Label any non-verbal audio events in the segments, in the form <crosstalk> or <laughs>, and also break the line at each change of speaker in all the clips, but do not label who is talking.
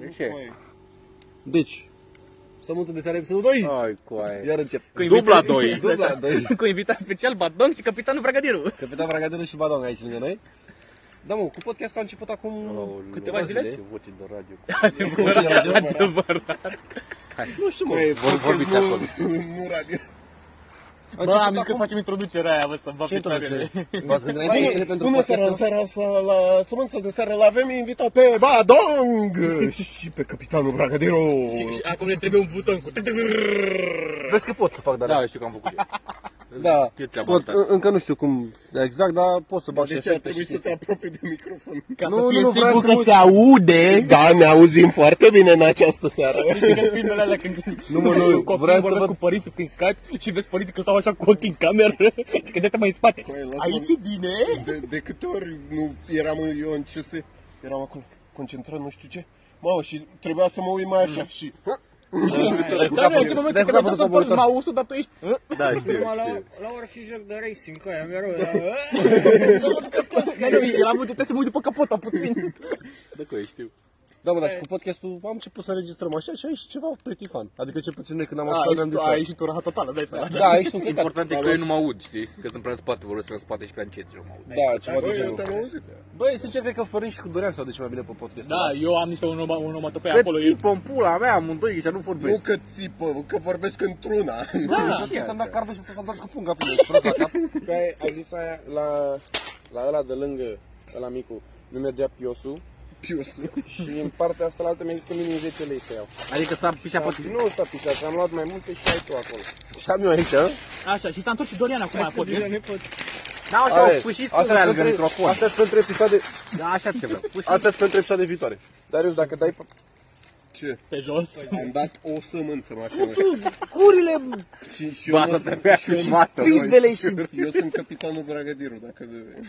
De ce?
Deci, sămânță de seară episodul 2.
Ai, coaie.
Iar încep.
Cu
Dubla
invitat-
2. Dubla 2.
Cu invitat special Badong și capitanul Bragadiru.
Capitan Bragaderu și Badong aici lângă noi. Da, mă, cu podcastul a început acum câteva
zile?
zile.
Ce voce de radio.
Cu ce radio?
Adevărat.
Nu știu, mă.
Vor, vorbiți
<laughs>
acolo.
Nu radio.
A
Bă, am
început
zis că
acum.
facem introducerea aia, vă, să vă
Ce
pe
introducere?
toarele.
V-ați gândit la
Bună,
introducere pentru
bună seara, în
podcastul?
seara asta la sămânță de seară l-avem invitat pe <laughs> Badong și pe capitanul Bragadiru.
Și Acum ne trebuie un buton cu...
Vezi că pot să fac, dar...
Da, știu că am făcut eu.
Da,
Eu ți-am
pot,
arătat.
în- încă nu știu cum exact, dar pot să bag și
De ce ar
efecte și
trebui să se
chestii.
apropie de microfon?
Ca
Nu,
să fie
nu, nu, vreau
sigur
să
că
mă-
se aude.
Da, ne auzim foarte bine în această seară.
Deci că filmele alea când
Nu, mă, nu,
copii
vreau să
vorbesc
văd-
cu părinții prin Skype și vezi părinții că stau așa cu ochii în cameră <laughs> și că de mai în spate.
Păi, lasă-mă.
Aici e bine.
De, de câte ori nu eram eu în CS, eram acolo concentrat, nu știu ce. Mamă, și trebuia să mă uit mai așa și...
Da, nu, în ce moment
Dai
când
cu
te
capul
vezi
sub
să porți
monitor.
mouse dar tu ești... Hă?
Da, știu,
Acum la,
știu.
la orice joc de racing, cu aia mereu, dar...
Da, nu, eram uite, să mă uit după capota puțin.
Da, că știu.
Da, mă, dar și cu podcastul am început să înregistrăm așa și aici ceva pretifan. Adică cel puțin noi când
"Ah,
am ascultat ne-am
A
distrat.
ieșit o rahat totală, dai seama.
Da, aici sunt plecat.
Important e că eu nu mă aud, știi? Că sunt prea în spate, vorbesc prea în spate și prea încet, eu mă aud.
Da, ceva de
Băi, eu
genul.
te-am auzit.
Băi, sincer, cred că fără și cu Dorian sau de ce mai bine pe podcast.
Da, eu am niște onoma- onomatopeie
Că
acolo.
țipă în pula mea amândoi și nu
Nu
vorbesc.
că țipă, că vorbesc într-una.
<laughs> Da,
și
să-mi
asta.
dea cardul și să-ți întorci cu punga până ești prost la <laughs> cap. Că ai, ai zis aia la, la ăla de lângă, ăla micu, nu mergea piosul
Pius.
și în partea asta la altă mi-a zis că minim 10 lei să iau.
Adică s-a pișat pe tine.
Nu s-a pișat, am luat mai multe și ai tu acolo. Și am eu aici, a?
Așa, și s-a întors și Dorian acum la podcast.
Da, așa, au pus și scuze algă microfon.
Astea sunt pentru episoade,
Da, așa te vreau. Pus și-
astea sunt pentru episoade viitoare. Darius, dacă dai pe
Ce?
Pe jos.
Am dat o sămânță maximă.
gurile,
Și, și
Ba,
eu, nu
asta
sunt,
trebuia
și eu, nu-
filmată, băi.
și...
eu sunt capitanul Bragadiru, dacă <laughs> de...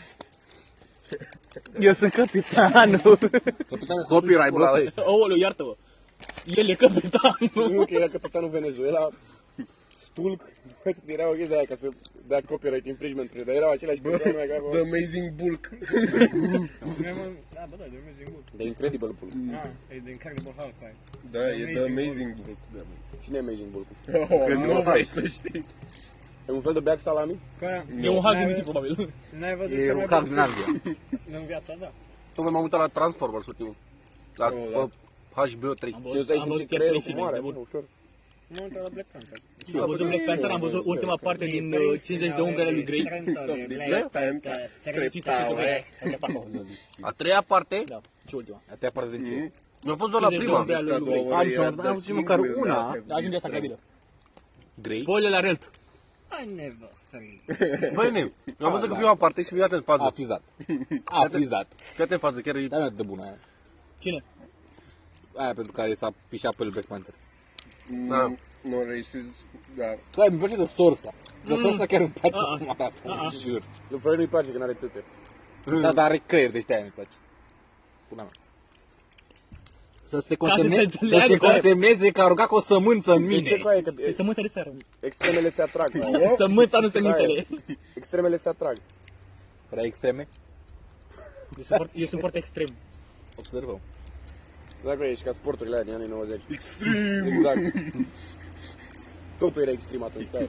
Eu sunt <laughs> capitanul.
Copyright block.
Ooleu, iartă-mă. El e capitanul.
<laughs> Nu, că era capitanul Venezuela, Stulc, <laughs> era o chestie de aia ca să dea copyright infringement dar erau <laughs> aceleași programe ca
The Amazing Bulk.
Da, bă, da, de Amazing World.
De Incredible Bulk.
Ah, e de Incredible Hulk,
Da, e The Amazing Bulk.
Cine e Amazing Bulk?
Oh, nu vrei să știi.
E un fel de beac salami?
E un hack din zi, probabil.
N-ai văzut
E
cel
un
mai
hack
bun
din
film
Anglia.
în viața, da.
Tocmai m-am uitat la Transformers ultimul. La
Oh, da.
pe HBO 3.
Am
Și
văzut-
nu ai
am văzut
simțit
chiar
creierul cu
trei filme,
mare,
de bun.
ușor.
Nu uită la Black Panther.
Am văzut Black Panther, am văzut ultima parte din uh, 50 de ungare lui Grey.
Black Panther, Strip Tower.
A treia parte?
Da, și ultima.
A te aparte de ce?
Mi-a fost doar la
Cine
prima.
de
Vezi că a doua oră
Am
e
și-o- am
Dark
auzit măcar
Kingdom,
una.
dacă
Da, ajunge asta
distră.
grabină.
Grey?
Spoiler alert.
I never think.
Băi, ne, mi-am văzut că prima parte și mi-a atent
A
fază.
fizat. A fizat.
Fii atent fază, chiar e...
Dar nu e atât de bună aia.
Cine?
Aia pentru care s-a pișat pe el Black Panther.
Da.
Nu, nu racist, dar
Că mi place de sorsa. De sorsa chiar îmi place cum arată, jur.
Lui Freud nu-i place că n-are țâțe.
Da, dar are creier, deci de-aia mi place. Pula mea. Să se,
se
consemne, să,
înțeleagă.
se consemneze că a rugat cu o sămânță în
De
mine.
ce coaie? Că
E sămânța de seară.
extremele se
<laughs>
atrag. Da,
Sămânța nu sămânțele.
Extremele se atrag.
Prea extreme?
Eu sunt foarte- Eu sunt foarte extrem.
Observăm.
Dacă ești ca sporturile alea din anii 90. Extrem! Exact. Totul era extrem atunci, da.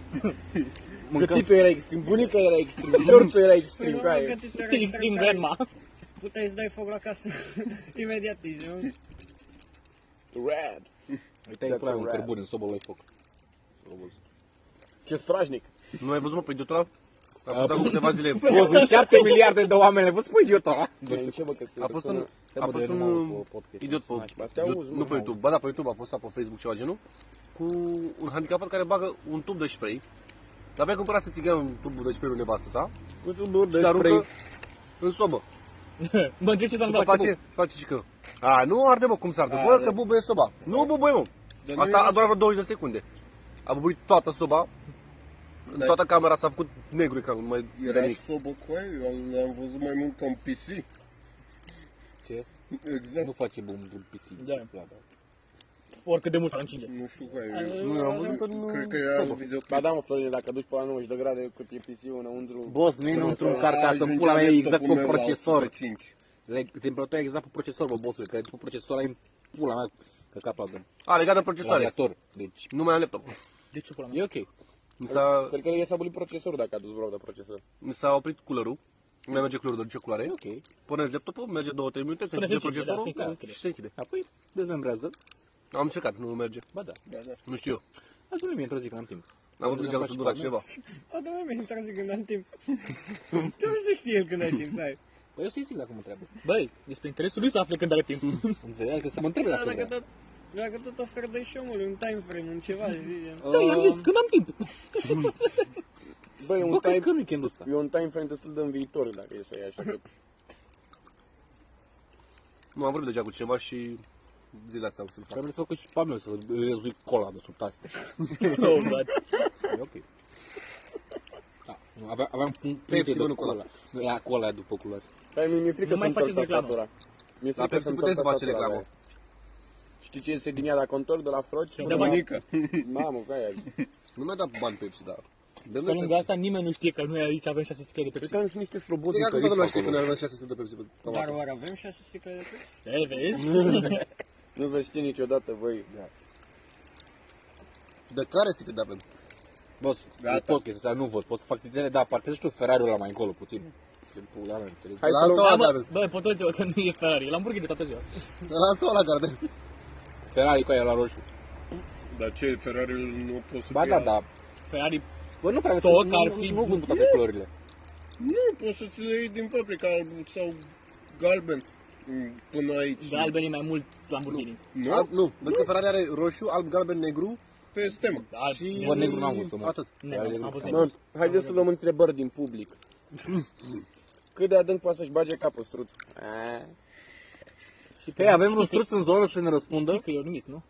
Gătitul era extrem, bunica era extrem, șorțul era extrem, ca e.
Extrem grandma.
Puteai să dai foc la casă imediat, ești, nu?
Rad.
Uite, ai
That's
pula
a
un
wrap.
cărbune în sobă lui foc.
Ce strașnic. Nu ai văzut, mă, pe Diotura? A fost acum câteva zile.
Cosmic, 7 miliarde de oameni le văd, spui idiotora.
În ce, bă, că se
A fost un...
sună?
A fost un
idiot pe,
Te auzi,
nu pe YouTube, ba da, pe YouTube a fost sau pe Facebook ceva genul, cu un handicapat care bagă un tub de spray, dar abia cumpărase țigară un tub de spray lui nevastă sa,
Cu tuburi
și aruncă în sobă.
Mă întreb ce s-a
Face,
întâmplat.
face, face și că. A, nu arde, mă, cum s-arde? Bă, că bubuie soba. Nu bubuie, mă.
Dar nu
Asta
era-
a durat vreo 20 de secunde. A bubuit toată soba.
Da.
Toată camera s-a făcut negru ecranul, nu mai era
era
nimic.
sobă cu aia, eu l-am văzut mai mult ca un PC.
Ce? Nu
Exact,
face bum drum pisic.
Da.
Da, da.
Oricât de mult ar încinge.
nu știu cu aia, eu-
Nu, am văzut în
cred că era un
sobă.
videoclip.
Ba da, mă, Florine, dacă duci pe la 90 de grade cât e PC-ul înăuntru...
Boss, nu e înăuntru în carcasă, în
Ajungea
pula mea, e exact
laptopul
cu
meu la
procesor.
105.
Le- Temperatura e exact pe procesor, bă, bossule, că după procesor ai pula mea, că capul la gând.
A, legat de
La
procesare.
reactor. Deci,
Nu mai am laptop.
De Deci ce pula mea?
e ok.
Mi s-a,
Cred că i s-a abolit procesorul dacă a dus vreo de procesor.
mi s-a oprit culerul. Nu mai merge culerul de nicio culoare.
E ok.
Pornesc laptopul, merge 2-3 minute, se
Până
închide
se închide, da, se
procesorul
închide, închide.
și se închide.
Apoi dezmembrează.
Am încercat, nu merge.
Ba da.
Nu știu eu.
Atunci mie într-o zi că am timp.
Am văzut că am dura ceva.
O, doamne, mi-e într-o zi când am
<laughs>
timp. Tu nu se știe el când ai timp, hai.
Păi eu să-i zic dacă mă întreabă.
Băi, despre interesul lui să afle când are timp.
Înțelegi? Adică să mă întrebe
Da,
dacă
dacă
vrea.
tot, dacă tot ofer de și omului un time frame, un ceva, știi?
Da, i-am zis, când am timp.
Bă, e un
Bă,
time
cred că în weekendul ăsta.
E un time frame destul de în viitor dacă e să o iei așa. că-
Nu, am vorbit deja cu cineva și zilele astea o să-l
Că
fac.
am vrut să fac și pe al meu, să rezui cola de sub taste.
Oh, God.
E ok. Da, nu, aveam, aveam pun- puncte
Pepsi, bă,
de
nu cola.
cola. Nu, era cola aia după culoare.
Dar mi-e frică
Nu mai
să-mi torc
faceți reclamă.
tastatura. Mi-e
La
frică
Pepsi
să-mi
puteți
torc
să faceți
tastatura,
reclamă.
bă. Știi ce iese din ea la contor, de la froci?
dă
la-
bani.
Mamă, cu aia.
Nu mi-a dat bani Pepsi, dar... Dă-mi
Pe lângă
Pepsi.
asta nimeni nu știe că noi aici avem 6 sticle de
Cred
Pepsi.
că am și niște stroboți
Cred că
diferiți
toată lumea știe
acolo.
că noi avem 600 de Pepsi pe
Dar
tavasă.
oare avem șase sticle de pe?
E, vezi?
Nu vă știi niciodată, voi.
De care sticle de avem?
Boss, e podcast ăsta, nu văd, pot să fac titere, da, dar partea știu Ferrari-ul ăla mai încolo puțin. Se pula mea, înțelegi?
Hai
să
să
luăm-
luăm
Da,
ăla
mă,
avem.
bă, pot tot ziua că nu e Ferrari, e Lamborghini toată ziua.
Lansă ăla care avem.
Ferrari cu aia la roșu.
Dar ce, Ferrari nu poți să
Ba
fie
da,
al-
da.
Ferrari,
Bă, nu prea
Stoc
nu-
ar
nu-
fi-
Nu vând cu toate culorile.
Nu, poți să-ți le iei din fabrică alb sau galben m, până aici.
galben e mai mult Lamborghini.
Nu?
Alb, nu. Vezi că Ferrari are roșu, alb, galben, negru
Pe Da. stemă.
Alb,
și...
Bă, negru n-am văzut, mă.
Atât.
Nu,
Ferrari
am
negru,
văzut
cam.
negru.
Bă, Haideți să luăm întrebări din public. Cât de adânc poate să-și bage capul struț?
Și pe
Hei, avem un struț în zonă să ne răspundă?
Știi că e un mit, nu?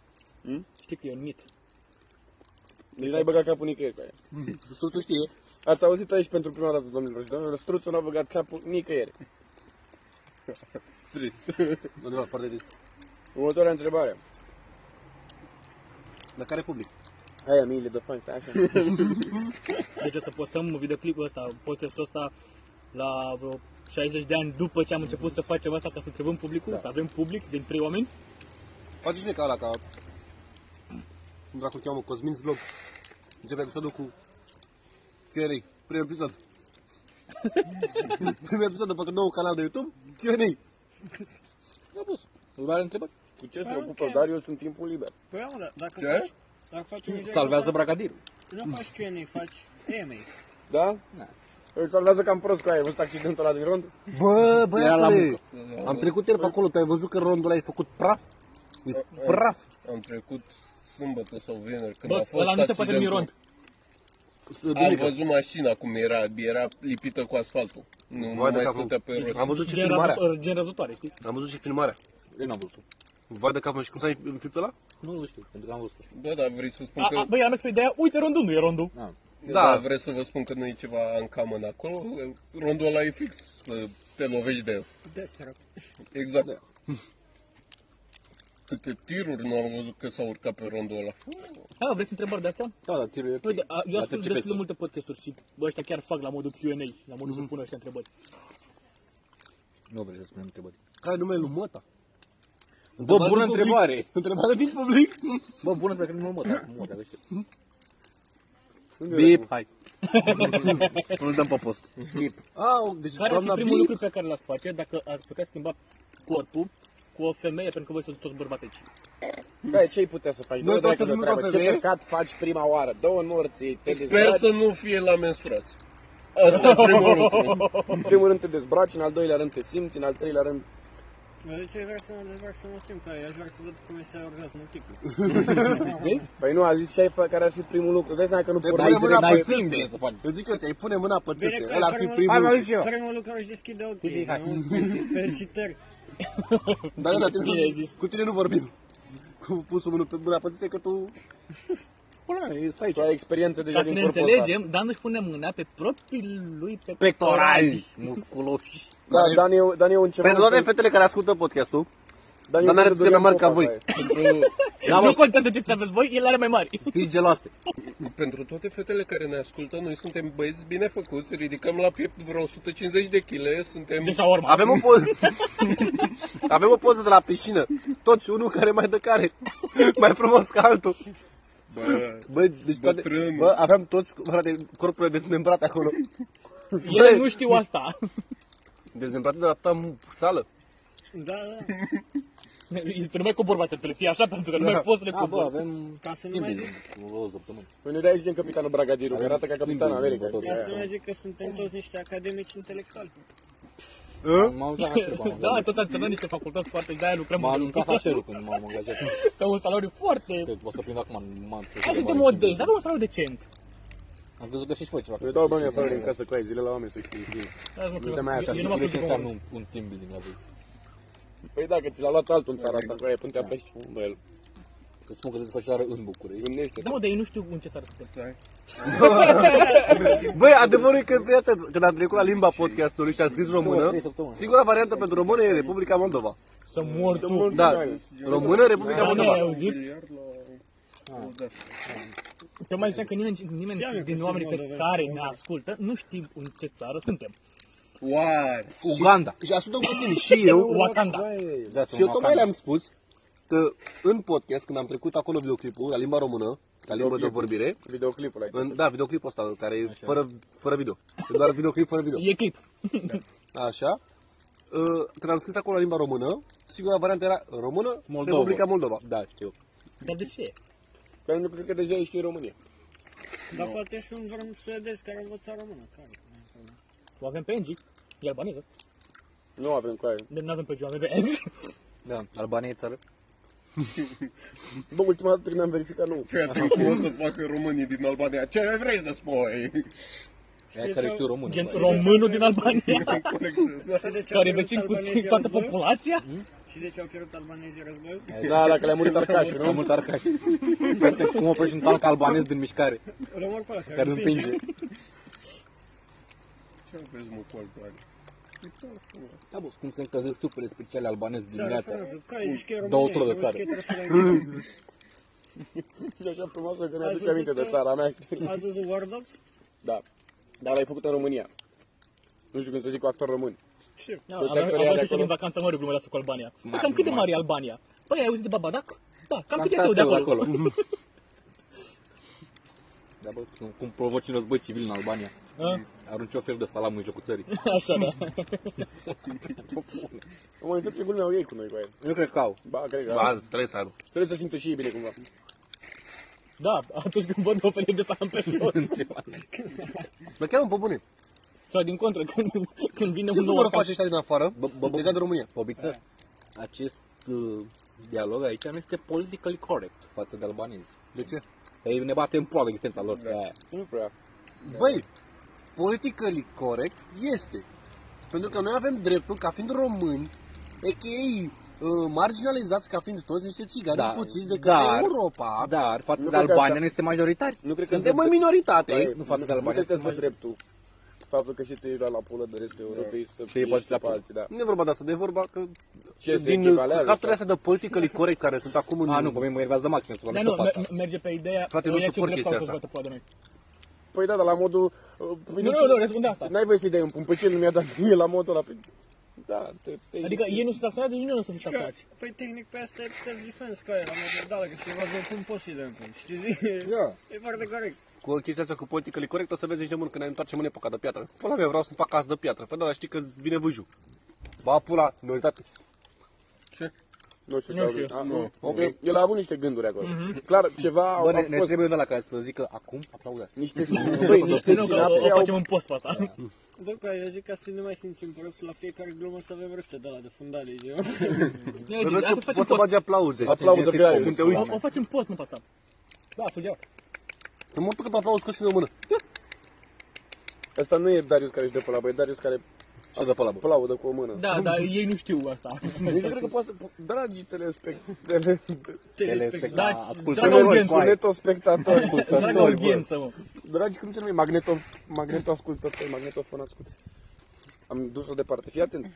Știi că e un mit.
Deci n-ai băgat capul nicăieri cu aia.
Struțul știe.
Ați auzit aici pentru prima dată, domnilor și domnilor, struțul n-a băgat capul nicăieri.
Trist.
Undeva, foarte trist.
Următoarea întrebare.
Dar care public?
Aia, miile de fani, stai așa.
Deci o să postăm videoclipul ăsta, podcastul ăsta la vreo 60 de ani după ce am început să facem asta ca să întrebăm publicul, să avem public, gen 3 oameni.
Face cine ca ăla, ca... Cum dracu cheamă, Cosmin Zlog. Începe episodul cu... Q&A. Primul episod. <laughs> Primul episod după nou canal de YouTube, Q&A.
Da, boss. Îl are întrebări?
Cu ce se ocupă Darius în timpul liber?
Păi, mă, dar dacă
Ce?
faci... Dacă faci un joc
Salvează
ăsta,
bracadirul.
Nu faci Q&A, faci EMA.
Da?
Da.
Îl salvează cam prost cu aia, ai văzut accidentul ăla din rond?
Bă,
Era la muncă.
am trecut ieri pe acolo, tu ai văzut că rondul ăla ai făcut praf? E praf.
Am trecut sâmbătă sau vineri când a
Bă,
fost
ăla nu se poate numi
accidentul.
rond.
Am
Adică-
văzut mașina cum era, era lipită cu asfaltul. Nu, nu
Vai de
mai
capul. Deci
stătea pe roți.
Am văzut și
Gen,
filmarea.
răzut- gen răzătoare, știi?
Am văzut și filmarea.
Eu n-am văzut.
Vai de capul și cum s-a înfipt ăla?
Nu, nu știu, pentru că am văzut.
Bă, dar vrei să spun
A,
că...
a, băi, am mers pe ideea, uite rondul, nu e rondul.
Da.
da.
Da.
vrei să vă spun că nu e ceva în camăn acolo? Rondul ăla e fix să te lovești de el.
Da, te rog.
Exact. Da. Câte tiruri nu am văzut că s-au urcat pe rondul ăla.
Exact.
A, vreți întrebări de astea?
Da, da, tirul e ok.
Uite, a, eu
Dar
ascult
trece
destul de
peste.
multe podcasturi și bă, ăștia chiar fac la modul Q&A, la modul să pună ăștia întrebări.
Nu vrei să spunem întrebări.
Care nume e lui Mota?
Bă, bună întrebare!
Întrebare din public?
Bă, bună, pentru că nu mă mă, mă, dacă știu.
Bip, hai. Nu dăm pe post. Skip. Ah, deci
Care ar fi
doamna
primul
Bip.
lucru pe care l-ați face dacă ați putea schimba corpul cu o femeie pentru că voi sunteți toți bărbați aici?
Bă, ce-ai putea să faci? Dă-o
toți
dracu
să
de
fim
treabă,
ca
ce
femeie?
căcat faci prima oară? Dă-o morții, te
Sper
dezbraci,
să nu fie la menstruați. Asta e primul lucru.
în primul rând te dezbraci, în al doilea rând te simți, în al treilea rând...
Mă de ce vreau să mă dezbrac să mă simt, că eu aș vrea să văd cum este orgasm multiplu.
Păi nu, a zis ce ai fă, care ar fi primul lucru, dai seama că nu
Te
porneai.
pune
N-ai-
mâna
n-ai
pe
țângă
țâțe.
să faci.
Eu zic că ți-ai pune mâna pe
Bine că
țâțe. Ăla ar fi
primul-
primul lucru.
Primul lucru își deschide ochii, nu? Felicitări.
Dar nu, dar tine,
Bine ai zis.
cu tine nu
<laughs>
vorbim. Cu pusul mână pe mâna pe țâțe că tu...
Pula mea, e să
Tu ai experiență deja
Ca să
din
ne
corpul
înțelegem, Dan își pune mâna pe propriul lui pe
Pectorali, musculoși.
ăsta. Da, Dan e, Dan e un ceva...
Păi, Pentru toate fetele care ascultă podcastul,
Dar
Dar n-are să mai mari ca voi.
Da,
Nu contează ce ți aveți voi, el are mai mari.
Fiți geloase.
Pentru toate fetele care ne ascultă, noi suntem băieți bine făcuți, ridicăm la piept vreo 150 de kg, suntem...
Deci urma.
Avem o poză. <laughs> Avem o poză de la piscină. Toți unul care mai dă care. <laughs> Mai frumos ca altul.
Bă,
Bă, deci toate,
Bătrân.
bă, aveam toți frate, corpurile dezmembrate
<laughs>
acolo.
El nu știu asta.
Dezmembrate de la ta sală.
Da, da.
Tu nu mai cobor bărbați, te ții așa pentru că nu mai poți să le
A, Da, bă,
cobor.
avem
Ca să nu mai zic,
o săptămână.
Păi ne dai și din capitanul Bragadiru, că arată ca capitan
Timpul,
America.
bă,
știi?
tot.
ca să nu mai zic că suntem toți niște academici intelectuali.
M-am uitat la șerul, m-am
Da,
angajat.
tot am terminat niște facultăți foarte, de-aia lucrăm
M-am anuncat la șerul când m-am angajat.
pe un salariu foarte...
Cred că o să prind acum în mantă.
Hai să te modești, avem un salariu decent.
Am crezut că și-și voi ceva.
Eu Păi, dau banii afară din casă cu aia zile la oameni să știi. știi.
Hai să mă
Uite mai
eu-
așa,
eu
Știi
nu m-am
ce
plăcut
înseamnă un, un timp bine la voi?
Păi dacă ți l-a luat altul în țara asta, cu aia pântea pe aici. Bă, el.
Că spun că se desfășoară în București.
Gândește.
Da, mă, dar ei nu știu în ce s-ar spune.
Băi, adevărul e că iată, când am trecut la limba podcastului și am scris română,
trei săptămâni.
singura variantă pentru română e Republica Moldova.
Să mor tu.
Da, română, Republica
Da, ne-ai
Moldova.
auzit?
Miliard la... O, da.
Te mai ziceam că nimeni,
Știam eu
nimeni
că
din
sunt
oamenii pe
moldoveni,
care ne ascultă nu știe în ce țară suntem.
Oare!
Uganda.
Și ascultă puțin și eu,
Wakanda.
Da,
și eu tocmai le-am spus că în podcast, când am trecut acolo videoclipul, la limba română, ca limbă de vorbire,
Videoclipul ăla.
în, da, videoclipul ăsta, care e fără, fără video. E doar videoclip fără video.
E clip.
Așa. Uh, Când am scris acolo la limba română, singura variantă era română,
Moldova.
Republica Moldova.
Da, știu.
Dar de ce?
Pentru că cred că deja ești în România.
Dar poate sunt vreun suedez care a învățat română. Care?
O avem pe Engie. E albaneză.
Nu avem cu aia.
Nu avem pe Gio, avem pe Engie.
Da, Albania e țară.
Bă, ultima dată când am verificat, nu.
Fii atent cum o să facă românii din Albania. Ce vrei să spui?
Aia care știu română.
<laughs> Gen
bă.
românul din
<laughs>
Albania.
Și de ce au
Care e
pierdut
vecin cu
albanezii
<laughs> toată
războiul?
populația?
Mm?
Și de ce au pierdut albanezii războiul?
Da, dacă le-a murit Arcașul,
Mai
nu?
mult arcaș. Uite cum oprești un talc albanez din mișcare,
Îl omor pe ăla care
care
îl împinge.
împinge.
Ce vezi mă cu Albania?
Da, bă, cum se încălzesc tupele speciale albanez din
Țară
viața.
frumoasă, care zici că e
Două tură
România
de
și auzi că
țară.
e țară
E așa frumoasă că mi-aduce
Ajuns
aminte de
în-
țara mea. <laughs>
să- Ați văzut War Dogs?
Da. Dar l-ai făcut în România. Nu știu cum să zic cu actor român.
Da,
Toți actorii
Aveam aveam
de
și
acolo.
din vacanța mare glumele astea cu Albania. Păi cam cât de mare e Albania? Păi ai auzit de Babadac? Da, cam cât e de
Tasel
acolo.
Da, bă, cum- cum provoci un război civil în Albania.
A?
Arunci o fel de salam în jocul țării.
<laughs> Așa, da.
Mă înțeleg ce glumeau ei cu noi cu aia.
Nu cred că au.
Ba, cred că
Ba,
da.
trebuie să aibă.
Trebuie să simtă și ei bine cumva.
Da, atunci când văd o felie de salam pe jos.
Mă cheamă pe bune.
Sau din contră, <laughs> când, când vine
Ce
un nou
număr
oraș.
face ăștia din afară?
Bă, bă, bă.
Legat de România.
Bobiță, acest uh, dialog aici nu este politically correct față de albanezi.
De ce?
Ei ne bate în ploaie existența lor. Da.
Nu prea.
Băi, politically corect este. Pentru că noi avem dreptul, ca fiind români, a.k.a. Uh, marginalizați ca fiind toți niște țigani
Da,
da, puțiți de
dar-
către Europa. Da.
Dar față
Nu
de
cred că
Albania
asta-
nu este majoritar.
Nu cred că
Suntem
asta-
în minoritate.
Ei,
nu față de
Nu
Albania.
cred că îți dă dreptul. Faptul că și tu ești luat la pulă de restul
Da.
Europei să
ei
fii
poate
și
să
pe
apă.
alții, da.
Nu e vorba de asta, de e vorba că
Ce se
din
echivalează,
căcaturile astea de politically corect care sunt acum în...
A, nu, pe mine mă enervează maxim. că
Da,
am
nu,
scăpat asta.
mer- merge pe ideea
Frate, nu
ăia ce
suport
drept au
chestia
să-și bată
asta.
poada noi.
Păi da, dar la modul...
Nu, nu, nu, răspunde asta.
N-ai voie să-i dai un pun. Pe ce nu mi-a dat <laughs> mie la modul ăla? Păi, Da, te... te-
Adică ei nu sunt acționați, deci noi nu o să fim
Că,
acționați.
Păi tehnic pe asta e self-defense ca era, mă, da, dacă se văză cum poți să-i dai un punct, știi?
Da.
E foarte corect.
cu chestia asta cu politically corect, o să vezi nici de mult când ne întoarcem în epoca de piatră. Pula mea, vreau să fac casă de piatră. Păi da, dar știi că vine vâjul. Ba, pula, minoritate.
Nu știu ce
Nu Mhm.
au
știu.
zis. A, Nu, ok. El a avut niște gânduri acolo. Clar, ceva au
Bă,
a
ne, ne
fost.
trebuie de la care să zică acum aplaudați.
Niște, băi, niște
Nu, că o-
sinapse
o
au...
facem în post pe asta.
Bă, Da, că eu zic ca să nu mai simțim prost la fiecare glumă să avem râse de la de fundale,
<laughs>
eu.
Ne
Păi
zicem,
vezi
hai
că
să facem
poți să
post.
bagi aplauze.
Gen
Aplauză greu.
sitcom.
Te uiți.
O- O facem post, nu pe asta. Da, fugeau.
Să mă duc pe aplauz cu în mână.
Asta nu e Darius care își dă pe la băi, e Darius care
Și dă pe la bă.
plaudă cu o mână.
Da, dar ei nu știu
<laughs>
asta.
Eu cred că poate să... Dragii telespectatori,
Telespecta,
Da,
ascultă.
dragă audiență,
sunetospectatori,
dragă audiență, mă.
dragi, cum se numește? Magneto, magnetoascultători, magnetofon ascult. Am dus-o departe, fii atent.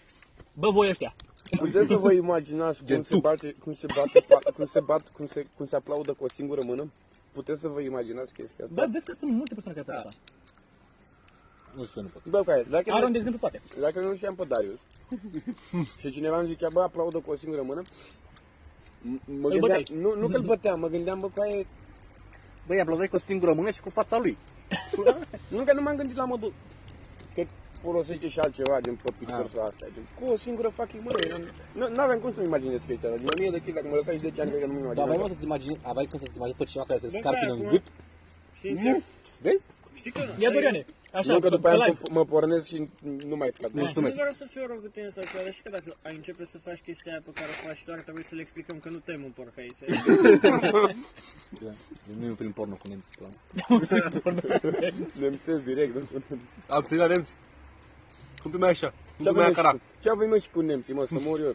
Bă, voi ăștia.
Puteți să vă imaginați cum se, bate, cum se bate, pa- cum se bat, cum se, cum se aplaudă cu o singură mână? Puteți să vă imaginați chestia asta?
Da.
Bă, vezi că sunt multe persoane care fac asta.
Nu știu, nu pot.
Bă, care, dacă,
Aron,
nu,
de exemplu, poate.
dacă nu știam pe
<laughs>
Darius și cineva îmi zicea, bă, aplaudă cu o singură mână, m- mă
Îl
gândeam,
băteai.
nu, nu că îl băteam, mă gândeam, bă, cu aia e-
Băi, aplaudai cu o singură mână și cu fața lui.
<laughs>
Nu că nu m-am gândit la modul că folosește și altceva, gen pe pixel
Ah.
sau astea, gen cu o singură fucking mână. eu Nu nu aveam cum să-mi imaginez chestia asta, din o mie de chestii, dacă mă lăsai și 10 ani, cred că
Da,
nu-mi
Dar Da, aveai mă
imaginez.
să-ți imagini, aveai cum să-ți imaginezi pe cineva care se
Bă,
scarpină
da,
în
acum-
gât?
Sincer,
Vezi?
știi că... Păi,
Ia Doriane. Așa,
Nu că după
pe
aia
live.
mă- mă pornesc și nu mai scad.
Nu
Mulțumesc.
vreau să fiu rău cu tine sau ceva, dar și că dacă ai începe să faci chestia aia pe care o faci doar, trebuie să le explicăm că nu tem un porc aici.
Nu e un film porno cu nemții. pula mea.
Nemțesc direct, nu?
Am să la nemți. Cum pe mai așa?
Ce
Cum pe
avem
mai
noi și
cara?
cu- Ce avem noi și cu nemții, mă, să mor
<laughs>
eu.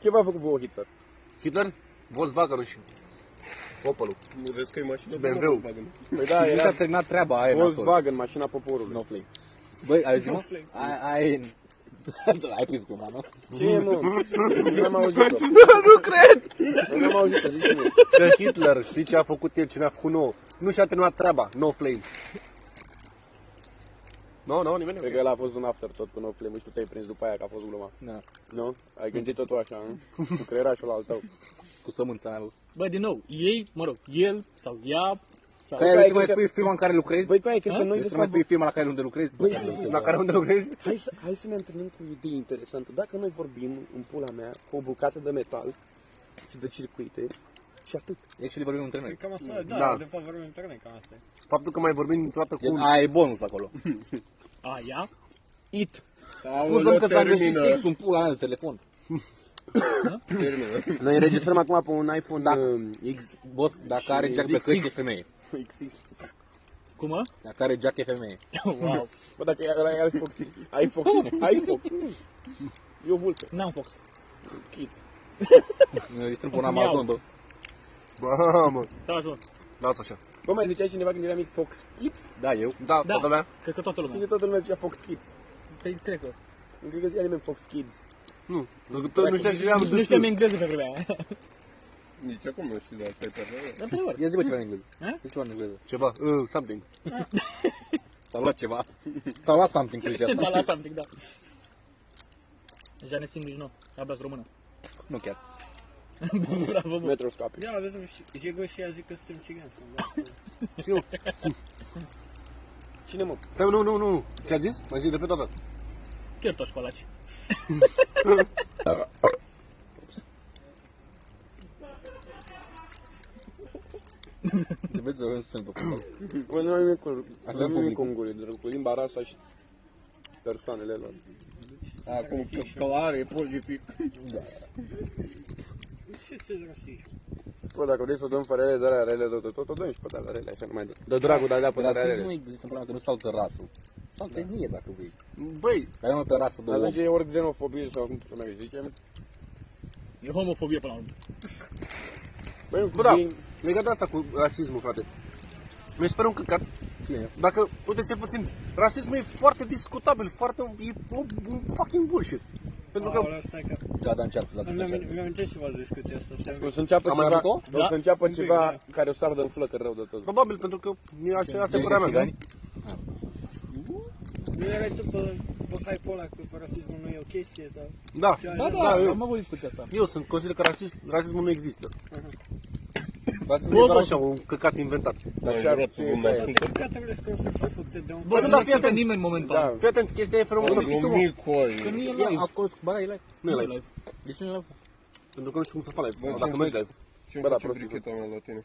Ce v-a făcut vouă Hitler?
Hitler? Volkswagen și Opel-ul.
Nu vezi că e mașină
BMW-ul.
bună, Volkswagen.
Păi da,
Nu
Exact.
era
s-a terminat treaba aia. e nasol.
Volkswagen, mașina poporului.
No flame. Băi, ai zis, mă? Ai, ai... <laughs> Ai prins cumva, nu?
Ce e, mă? Nu am auzit-o. Nu am auzit-o, zici-mi.
Că Hitler, știi ce a făcut el, ce ne-a făcut nouă? Nu și-a terminat treaba, no flame. Nu, no, nu, no, nimeni nu.
Cred că ăla a fost un after tot cu No Flame și tu te-ai prins după aia că a fost gluma.
Da.
Nu? Ai gândit totul așa, nu? Cu creierașul al tău.
Cu sămânța mea.
<laughs> Bă, din nou, ei, mă rog, el sau ea,
Că ai vrut
Băi,
să mai
cred că-
spui firma în care lucrezi?
Băi, cu aia, cred că
Ha?
noi
Vrei
de
să mai
fapt...
spui firma la care unde lucrezi? Bă,
La care unde lucrezi?
Hai să, hai să ne întâlnim cu o idee interesantă. Dacă noi vorbim, în pula mea, cu o bucată de metal și de circuite și atât.
actually vorbim între noi.
Cred că cam asta, da,
Da.
de fapt vorbim internet, cam asta e.
Faptul că mai vorbim dintr-o dată cu un...
Ai bonus acolo.
aia,
It. Spusăm
Aoleu,
că ți-a greșit
termină.
fix un pula mea de telefon.
Termină.
Noi înregistrăm acum pe un iPhone
Da.
uh, X.
Boss, dacă are jack pe căști, e femeie.
cum ă? mă?
Dacă are jack, e femeie.
Wow,
Bă, dacă e- ăla e iFox. iFox. iFox. Eu vulpe.
n-am fox.
Kids.
Ne distrug un Amazon, bă.
Bă, mă,
Tragi, mă.
lasă așa.
Bă, mai zicea cineva când era mic Fox Kids?
Da, eu.
Da,
Da.
toată lumea?
Cred că toată
Cred că
lumea.
toată lumea zicea Fox Kids.
Păi, cred că.
Nu cred că zicea nimeni Fox Kids.
Nu. Nu, tot nu știam ce am
Nu
dus.
știam engleză pe vremea aia. <laughs>
Nici acum nu știu, dar asta e pe
Dar, într-adevăr.
Ia zi, bă, ceva în engleză.
Ha?
Zici ceva în engleză.
Ceva, uh, something.
S-a luat ceva. S-a luat something cu zicea
Ți-a
asta.
luat something, <laughs> da. Deja ne simt nici nou. Abia română. <laughs>
Nu chiar.
Bravo, mă.
Metro scapi.
Ia, vedem, și- Jego și ea zic că suntem țigani sau da.
<laughs>
Cine mă?
Stai, nu, nu, nu. Ce-a zis? Mai zic de pe toată.
Chiar toți colaci.
De vezi, eu nu sunt pe fotbal.
Bă, nu am nimic cu,
Avem
nu am
public.
nimic cu ungurii, doar cu limba rasa și persoanele lor.
Acum că clar e pozitiv.
Ce se rasism?
Bă, dacă vrei să dăm fără ele, dar rele, tot, tot, tot, o dăm și pe de rele, așa nu mai dă. Dă dragul de alea pe de
Rasism nu
rele.
există, problema că nu saltă rasă. Saltă etnie, dacă vrei.
Băi,
Dar nu altă rasă de om.
Atunci e ori xenofobie sau cum să mai zicem.
E homofobie până la urmă.
Băi, nu,
Bă, da,
din-
legat de asta cu rasismul, frate. Mi se pare un căcat.
Cine?
Dacă, uite cel puțin, rasismul e foarte discutabil, foarte, e un, un fucking bullshit. Pentru că,
Aoleu, stai că...
Da, da, încearcă, lasă
Îmi
încearcă.
am- mi-am inteles ceva de discuția asta, stai
o
un
să înceapă
Am
ceva,
avut-o?
o să înceapă
pic,
ceva
da.
care o să ardă în flăcări rău de tot.
probabil pentru că, e așa, asta e
Gen
părerea mea.
țigani?
pic. Nu erai tu pe, pe hype ăla că pe rasismul nu e o chestie sau...
Da,
Da, da, am avut discuția asta.
eu sunt, consider că rasism, rasismul nu există. Rasismul
Bă,
e doar
bă.
așa, un căcat inventat.
Dar
ce ar-
ce
ce-
să
Toate căcaturile sunt construcții făcute de un...
Bă, nu
da,
ne
fii
ascultă
atent.
nimeni în momentul
Da,
ăla.
Fii atent, chestia e fenomenală.
Că nu
glumicoi.
e
Ia,
live. Acolo, cu bara e live.
Nu e live,
live.
De ce nu e live?
pentru că nu știu cum să fac live.
Bă,
Sau
ce-am
Dacă nu e
zis?
live,
Ce-mi
Bă, da,
face
prostul.
bricheta mea la tine?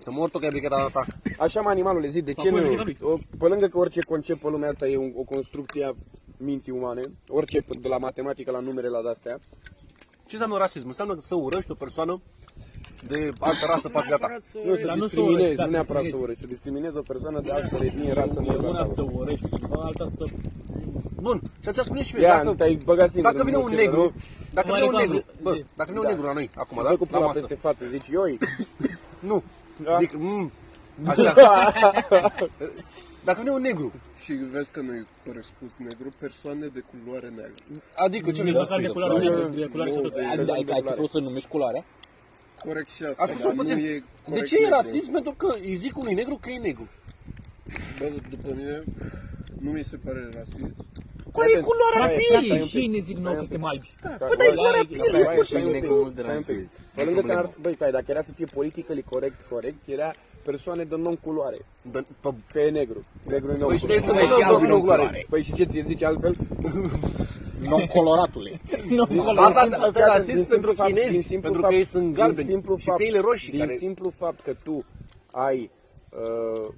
să mor tot că e bricheta ta.
Așa mă animalul zi, de ce
Acum
nu?
e frica lui.
O, pe lângă că orice concept pe lumea asta e un, o construcție a minții umane, orice, de la matematică, la numere, la de-astea,
Ce înseamnă rasism? Înseamnă să urăști o persoană de altă rasă față de a ta.
Neapărat să-
Nu, să
Dar nu să o
discriminezi,
urăști,
nu
da,
neapărat
să
să urăști, să discriminezi o persoană de altă etnie, rasă,
E una
da.
mă
să urăști pe cineva, alta să...
Bun, și aceea spune și mie,
Ia,
dacă,
te-ai băgat singur
dacă vine
în
un
bucele,
negru,
nu?
dacă
Mai
vine un
reclamă,
negru, bă,
zi.
dacă vine un negru la noi, acum,
Dă
da,
cu
la
pula
masă,
peste față, zici, ioi,
nu,
<laughs> Da.
zic, mm, așa, Dacă nu e un negru.
Și vezi că nu-i corespuns negru, persoane de culoare neagră.
Adică ce
Nu
vreau să
necesar de
spui?
culoare neagră, de culoare
Nu,
ce
de-
Adică ai, ai fi prost să numești culoarea?
Corect și asta,
Ascultă
dar nu
puțin.
e
De
corect
ce e
negru.
rasism? Pentru că îi zic unui negru că e negru.
Bă, după mine, nu mi se pare rasist.
Care e culoarea
Practic,
pielii?
și ne zic nouă că suntem albi.
Păi dar e culoarea pielii,
Stai,
pur și
stai un pic,
simplu.
stai un pic. Pe lângă că ar, băi, tai, dacă era să fie politically corect, corect, era persoane de non-culoare. Că e negru. Negru e
Păi și nu este
non-culoare.
mai și alb nu culoare.
Păi și ce ți zice altfel?
Non coloratule.
Asta-
Din
asta e
simplu-
rasism
din simplu
pentru chinezi,
din simplu
pentru că ei sunt
din
galbeni
simplu
și
fapt-
pe ele roșii
Din
care-
simplu fapt că tu ai uh,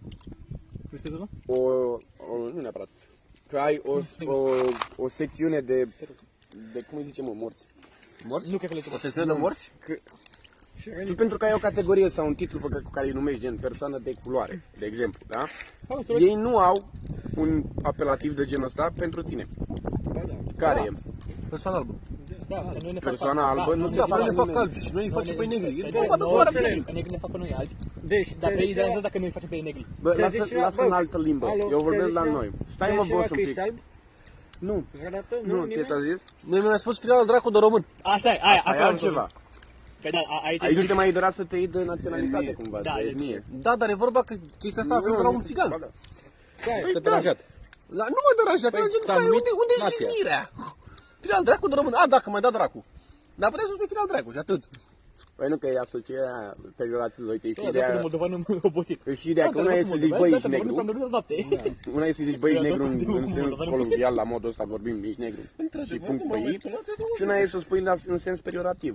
Este ceva?
o, o, nu neapărat, că ai o, o, o secțiune de, de cum îi zicem, mă, morți.
Nu cred că le ceva.
Să ne morți?
Tu pentru că ai o categorie sau un titlu pe care, cu care îi numești gen persoană de culoare, de exemplu, da? Ei nu au un apelativ de genul ăsta pentru tine. Care e?
Persoană albă.
Da, că noi ne fac
Persoana
parte.
albă
Da,
nu
noi
te
Da,
fac
dar
ne
le
nimeni.
fac albi și noi îi facem pe negri. E vorba de
Noi-
culoarea
noi-
pielii.
Că negri ne fac pe noi albi,
Deci,
dar pe ei
zice-
deranjează dacă noi îi facem pe ei negri.
Bă,
Ți-a zis
lasă,
ceva?
lasă
Bă,
în altă limbă.
alo,
Eu
ți-a
vorbesc
zis
la
ceva?
noi. Stai
Ți-a
mă,
zis ceva
boss, un
că
pic.
ești alb?
Nu,
Vreodată? Nu,
nu, ție
nimeni?
ți-a zis?
Noi mi-a spus final dracu de român.
Așa e, aia,
Asta e
acolo
altceva.
am zis. Că da, a- aici
Aici nu te mai dorea să te iei de naționalitate cumva,
Da,
de
e-
etnie.
Da, dar e vorba că chestia asta a venit de la un țigan.
Ba da.
Te deranjat.
La, nu mă deranjează,
s-a
păi, deranjează
numit
unde, unde e
nația.
jignirea? Final dracu de român. A, dacă mai da dracu. Dar puteai să spui final dracu și atât.
Păi nu, că e asocierea pejorativă, uite, e și
Da, dacă de
ideea...
Moldovan am <laughs> obosit.
E și ideea că una Păi, e să zici, băi, ești negru,
<laughs>
Una e să zici, băi, ești
Eu
negru
tot
în,
timpul
în sens
mă
columbial, la modul ăsta vorbim, ești negru. Și
Într-adevăr,
punct
nu
pe
m-am
ei.
exprimat,
Și una e să spui la, în sens pejorativ.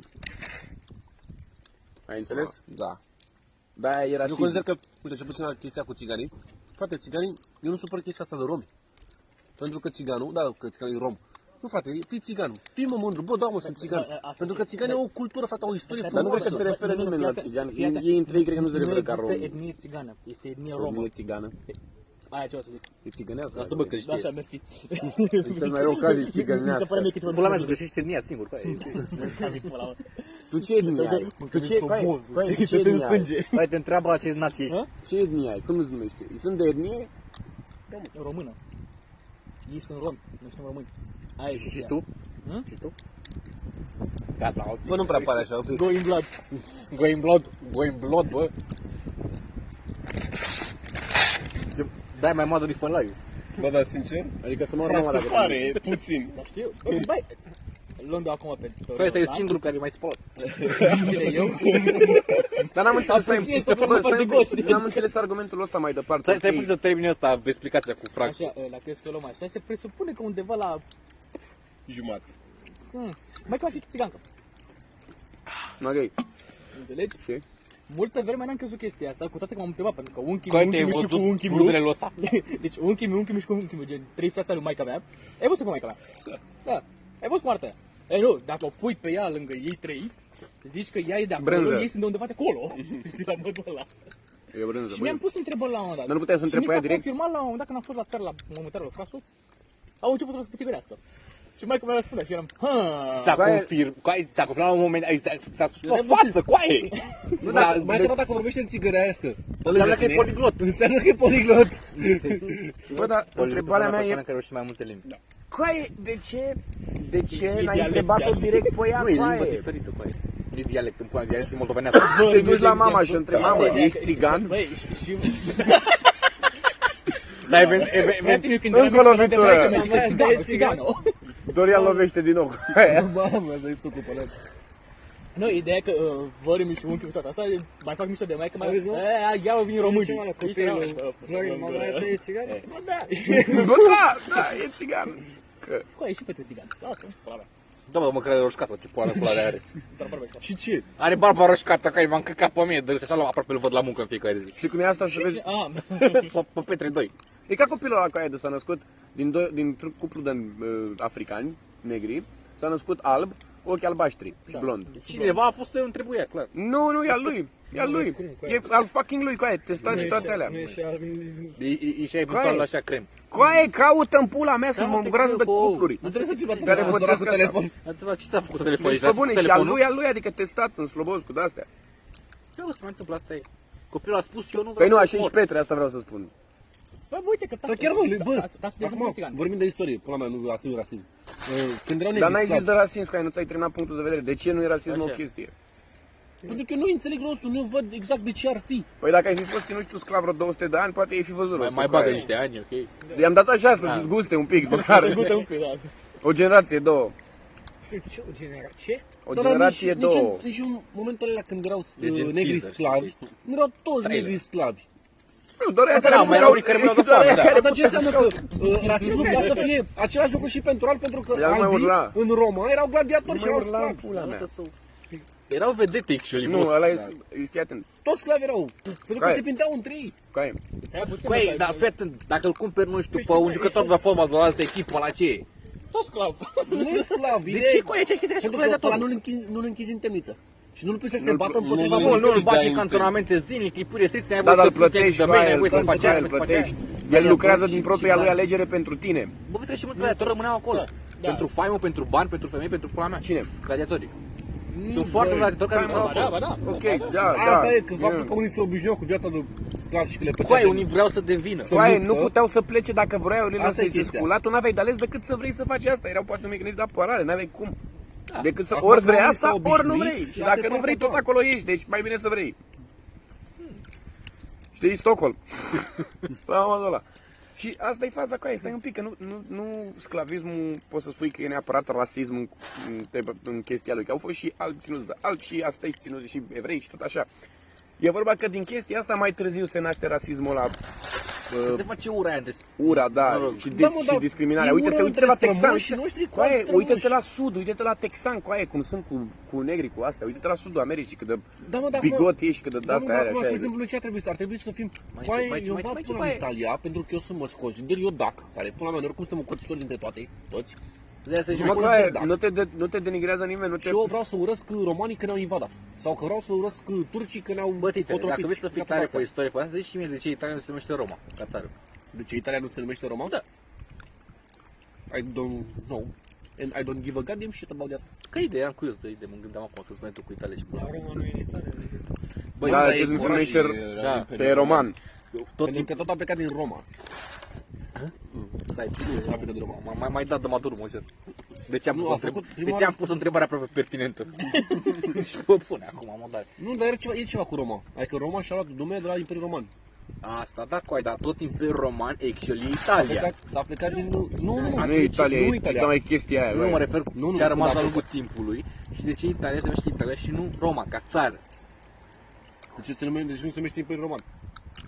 Ai înțeles?
Da.
Da, era
Eu consider că, uite, ce puțin la chestia cu țiganii, frate, țiganii, eu nu supăr chestia asta de romi. Pentru că țiganul, da, că țiganul e rom, nu, frate, fii țigan. Fii mă mândru. Bă, da, mă,
Păi,
sunt țigan.
da, asta
Pentru că țiganii au o cultură, frate, au o istorie
Dar nu cred că
frumoasă.
se referă nimeni la țigan. Ei între ei cred că nu se referă ca
Nu există
români.
etnie țigană, este etnie
Nu
romă.
e țigană.
Aia ce o să zic.
E țigănească.
Asta bă, că
Da, așa,
știi.
mersi. <laughs>
Cel mai rău caz e
Mi se
țigănească.
pare mie că ceva
Pula mea, tu găsești etnia singur.
<laughs>
cu aia e.
Tu ce etnie ai? Tu ce, cu aia- cu aia, ce
te
etnie ai?
sânge.
Stai, te întreabă ce nație ești.
Ce etnie ai? Cum îți numește? Sunt de etnie?
Eu română. Ei sunt romi, noi suntem români. Aia e
Și
chestia.
tu? Și tu? Gata, alții.
Bă, nu prea pare așa.
Go in blood.
Going blood, going blood, bă. Dai mai modul pe live.
Bă, dar sincer,
Adică să mă urmă
frate,
dacă...
pare puțin.
Dar știu, bă, băi, luăm de acum pe... pe
Păi, ăsta e
da?
singurul care e mai spălat.
Cine eu?
Dar n-am înțeles,
Asta e chestia, nu face gost.
n-am înțeles argumentul ăsta mai departe.
Stai, stai
ok.
puțin să termine asta, explicația cu Frank.
Așa, la că să o luăm așa, se presupune că undeva la...
Jumate.
Hmm, mai că ar fi țigancă.
Ok.
Înțelegi? Multă vreme n-am crezut chestia asta, cu toate că m-am întrebat, pentru că unchi
Că
mi
te-ai
unchi mi și cu
văzut
unchi
frunzele
mi
ăsta.
<laughs> Deci unchi mi unchi mi și cu unchi mi, gen trei frața lui maica mea. Ai văzut pe maica mea? Da. Ai văzut cum arată ea? Ei nu, dacă o pui pe ea lângă ei trei, zici că ea e de acolo,
Brânză.
ei sunt de undeva de acolo. <laughs> Știi, la modul ăla.
E brânză,
Și
băi.
mi-am pus întrebări la un moment dat.
Dar nu puteai să întrebi
și
pe
mi
ea
s-a
direct?
confirmat la un moment dat când am fost la țară la mormântarea lui Frasu, au început să țigărească. Și mai cum mi-a răspuns și eram, ha,
S-a
Coaie-
confirmat, s-a confirmat la un moment, ai- s-a- s-a spus pe față, coaie! S-a-
Mai tare dacă vorbește în țigărească.
Da, Înseamnă că e poliglot.
Înseamnă că e poliglot.
Bă, dar întrebarea mea e
Persoana da, care reușește mai multe limbi.
Coaie, de ce? De ce l-ai
dialect,
întrebat-o
iar.
direct Păi pe ea,
Nu, e limbă
coaie?
diferită, coaie. Nu e dialect, în pula, dialectul moldovenească.
Te duci la mama și o întrebi, mamă,
Asta e-
ești țigan?
Băi, și- și
Dar event, event,
Frate, eu când
încă
eram mic,
o
să mă întrebai
lovitură.
că mergi,
Da,
bă, țigano, țigano.
Doria lovește din nou.
Mamă, ăsta e sucul pe ăla.
<laughs> Nu, ideea e că uh, vări mișu unchiul toată asta, mai fac mișto de mai că mai
Auzi, mă?
e, ia vin români.
Ce mă, la
Aici erau,
copilul,
uh,
Florin, mama
lângă-
aia tăi e țigan? Bă,
<laughs>
da!
Bă, da, da, e țigan.
Cu aia și pe țigan. Lasă, pula mea.
Da, bă, măcar e roșcată, ce pula pula <laughs> are.
Doar vorbește.
Și ce?
Are barba roșcată, că m-am căcat pe mine, dar așa la aproape îl văd la muncă în fiecare <laughs> zi.
Și cum e asta să vezi,
Ah,
Pe- Pe Petre 2.
e ca copilul ăla care de s-a născut din, doi, din un cuplu de uh, africani, negri, s-a născut alb, ochi albaștri și blond.
Cineva a fost eu întrebuia, clar.
Nu, nu, e al lui. E al lui. E al fucking lui, coaie, testat și toate alea.
Nu e și alb, nu-
E- E e și ai
Coaie.
putut așa crem.
Coaie, caută în pula mea să mă
Caută
groază de
cu ou.
cupluri.
Nu trebuie să ți bată
Care
la
poți
zăra
să
cu
scapă.
telefon.
Atunci ce s-a făcut cu telefonul?
Deci,
Și-a
pe
spus
bune, și al
telefonul?
lui, al lui, adică testat în slobos cu astea.
Nu se mai întâmplă, asta e. Copilul a spus, eu nu vreau
Păi nu,
să
așa e
mor.
și Petre, asta vreau să spun.
Bă,
uite că
Dar chiar mă, bă,
acum,
acum vorbim de istorie, pula mea, nu, asta nu e rasism. Uh, Când erau
Dar
negri
n-ai zis
sclavi,
de rasism, că ai nu ți-ai terminat punctul de vedere. De ce nu e rasism o chestie?
pentru că nu înțeleg rostul, nu văd exact de ce ar fi.
Păi dacă ai fi fost ținut tu sclav vreo 200 de ani, poate ai fi văzut
Mai,
rostul
mai
care
bagă
e.
niște Da. ani, ok?
I-am dat așa să guste un
<laughs>
pic, măcar.
da.
O generație, două.
Ce o generație?
O
Dar nici,
generație,
nici, în-
două.
nici în momentul ăla când erau uh,
gen
negri
Caesar,
sclavi, nu erau toți negri sclavi.
Nu, doar aia care
Da, mai erau unii
puteau-
care mă de
doar
foame,
aia
da.
<laughs> care
Dar ce înseamnă că uh, rasismul poate să fie același lucru și pentru albi, pentru că
Dar nu mai
albii
urla.
în Roma erau gladiatori și erau
la
sclavi.
pula mea.
Erau vedete, actually,
Nu,
boss.
ăla e... Stai atent.
Toți sclavi erau, pentru că
Care?
se pinteau între ei.
Care?
Păi, dar fii atent, dacă îl cumperi, nu știu, pe un jucător de fotbal de la altă echipă, la ce e?
Nu e sclav,
De
e...
ce cu aia ce ca și cu
Pentru că ăla
gladiatorul?
nu-l închizi, nu-l închizi în temniță. Și nu-l pui să se bată împotriva
Nu, nu,
voinței.
îl bagi
Da,
în cantonamente zilnic, îi pui restricții, n-ai
Da,
voie
dar
să
îl
plătești,
plătești,
de
bă,
n-ai
îl
voie să faci
plătești,
aia,
îl
să faci aia.
da, plătești. El lucrează din
și-
propria
și-
lui alegere pentru tine.
Bă, vezi că și mulți gladiatori rămâneau acolo. Pentru faimă, pentru bani, pentru femei, pentru pula mea.
Cine?
Gladiatorii. Sunt foarte gladiatori care lucrau acolo.
Ok, da, da.
Asta e, că faptul că unii se obișnuiau cu viața de sclav și că le plăcea.
Coaie, unii vreau să devină.
Coaie,
luptă.
nu puteau să plece dacă vroiau ele
Asta
să
e
se
chestia.
scula, tu n-aveai de ales decât să vrei să faci asta. Erau poate un mecanism de apărare, n-aveai cum. Decât să
Da. Acum
ori vrei
oamenii
asta,
s-au
ori nu
obișnuit
vrei.
și
Și
asta e
dacă nu vrei,
partea
tot
ta.
acolo ești, deci mai bine să vrei. Știi,
<laughs>
Stockholm. La modul ăla. Și asta e faza cu aia, stai un pic, că nu, nu, nu sclavismul poți să spui că e neapărat rasism în, în, te- în chestia lui, că au fost și albi ținuți de albi și astești ținuți și evrei și tot așa. E vorba că din chestia asta mai târziu se naște rasismul ăla
Se face ura aia între
ura, da,
rog.
și, dis-
Da, mă,
și
dar
discriminarea.
e
Uite-te,
ură
uite-te la
între
Texan,
strămoși și noștri cu
coaie,
alți strămoși.
uite-te la sud, uite-te la Texan, coaie, cum sunt cu, cu negri cu astea, uite-te la sudul Americii, cât de
Da, mă, dar acum-
bigot ești, cât de
Da, mă,
de-asta
dar
are,
acum,
așa
spre
e.
exemplu, noi ce ar trebui să ar trebui să fim?
Mai
Coaie,
ce, mai ce,
eu
mai
bat
ce,
până
mai
în
ce,
Italia, pentru că eu sunt măscoci, dar eu dac, care până la mea, oricum sunt măcoci dintre toate, toți.
De asta
Mă,
și
coaie,
da.
nu te, de, nu te denigrează nimeni, nu te...
Și eu vreau să urăsc romanii că ne-au invadat. Sau că vreau să urăsc turcii că ne-au
Bă, tite, dacă
potropit.
vrei să fii
Gata,
tare
asta.
cu istorie, poate să zici și mie de ce Italia nu se numește Roma, ca țară.
De ce Italia nu se numește Roma?
Da.
I don't know. And I don't give a goddamn shit about that.
Că idee, am curios de idee, mă gândeam acum că sunt cu Italia și pula.
La Roma nu e nici țară.
Băi,
Da,
dar
ce
e-
se
Morașii
numește
erau
da,
imperiali.
Pe roman.
tot
Pentru că tot a plecat din Roma.
Stai,
Tot a plecat din Roma.
M-a mai, mai dat de matur, mă cer. De ce am,
Nu,
pus,
a
o întreb-
făcut prima
de ce
oară-
am pus o întrebare aproape
<laughs>
pertinentă? și mă pune acum, mă dat.
Nu, dar e ceva, e ceva cu Roma. Adică Roma și-a luat numele de la Imperiul Roman.
Asta, da, coi, dar tot Imperiul Roman, actually, Italia.
Plecat, a plecat din... Nu, nu, nu.
Nu
ce-
e
ce-
Italia,
Nu
e
Italia.
mai chestia aia,
Nu mă
băi.
refer
Nu, nu,
ce a
nu,
rămas
da,
la lungul timpului și de ce Italia se numește Italia și nu Roma, ca țară.
De ce se numește, de ce nu se numește Imperiul Roman?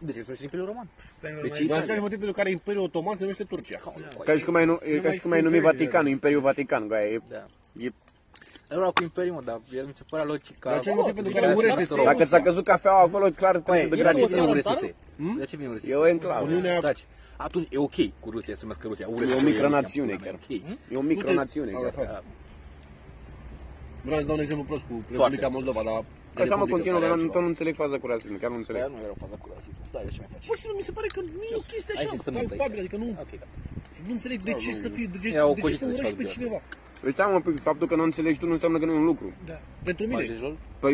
Deci,
De ce se numește Imperiul Roman?
Pentru
De
că
ce
Și în același
Italia?
motiv pentru care Imperiul Otoman se numește Turcia.
Ca și cum ai, nu, e ca și cum ai numit Vaticanul, Imperiul Vatican, coaie, e...
Da.
e
Era cu Imperiul, mă, dar el mi se părea logic ca...
Dar ce motiv pentru
Bă,
care
de ce
URSS
se
e-
numește
Dacă ți-a căzut cafeaua acolo, clar, cum se
Păi, de
degrade.
ce vine
Rusia
URSS?
în
Hmm? De ce vine URSS?
E o enclavă.
Uniunea-
Taci. Atunci e ok cu Rusia, se numesc Rusia. URSS
E o micronațiune
e ok.
chiar.
Hmm?
E o micronațiune, chiar.
Vreau să dau un exemplu prost cu
Foarte.
Republica Moldova, dar... e
Asta mă
Republica
continuă,
care
că
are
nu,
altceva.
tot nu înțeleg faza cu rasismul, chiar nu înțeleg.
Păi, nu erau faza cu rasism. Da, eu ce mai faci?
Pur și simplu mi se pare că nu e o chestie
Hai
așa
să mutăm
palpabilă,
aici.
adică nu,
Ok, gata.
nu înțeleg de ce să fii, de ce,
Ia o
de ce
coșiță
să
de
urăști
șoară
pe
de
cineva.
Păi stai mă, păi, faptul că nu înțelegi tu nu înseamnă că nu e un lucru.
Pentru mine.
Faci jol?
Păi,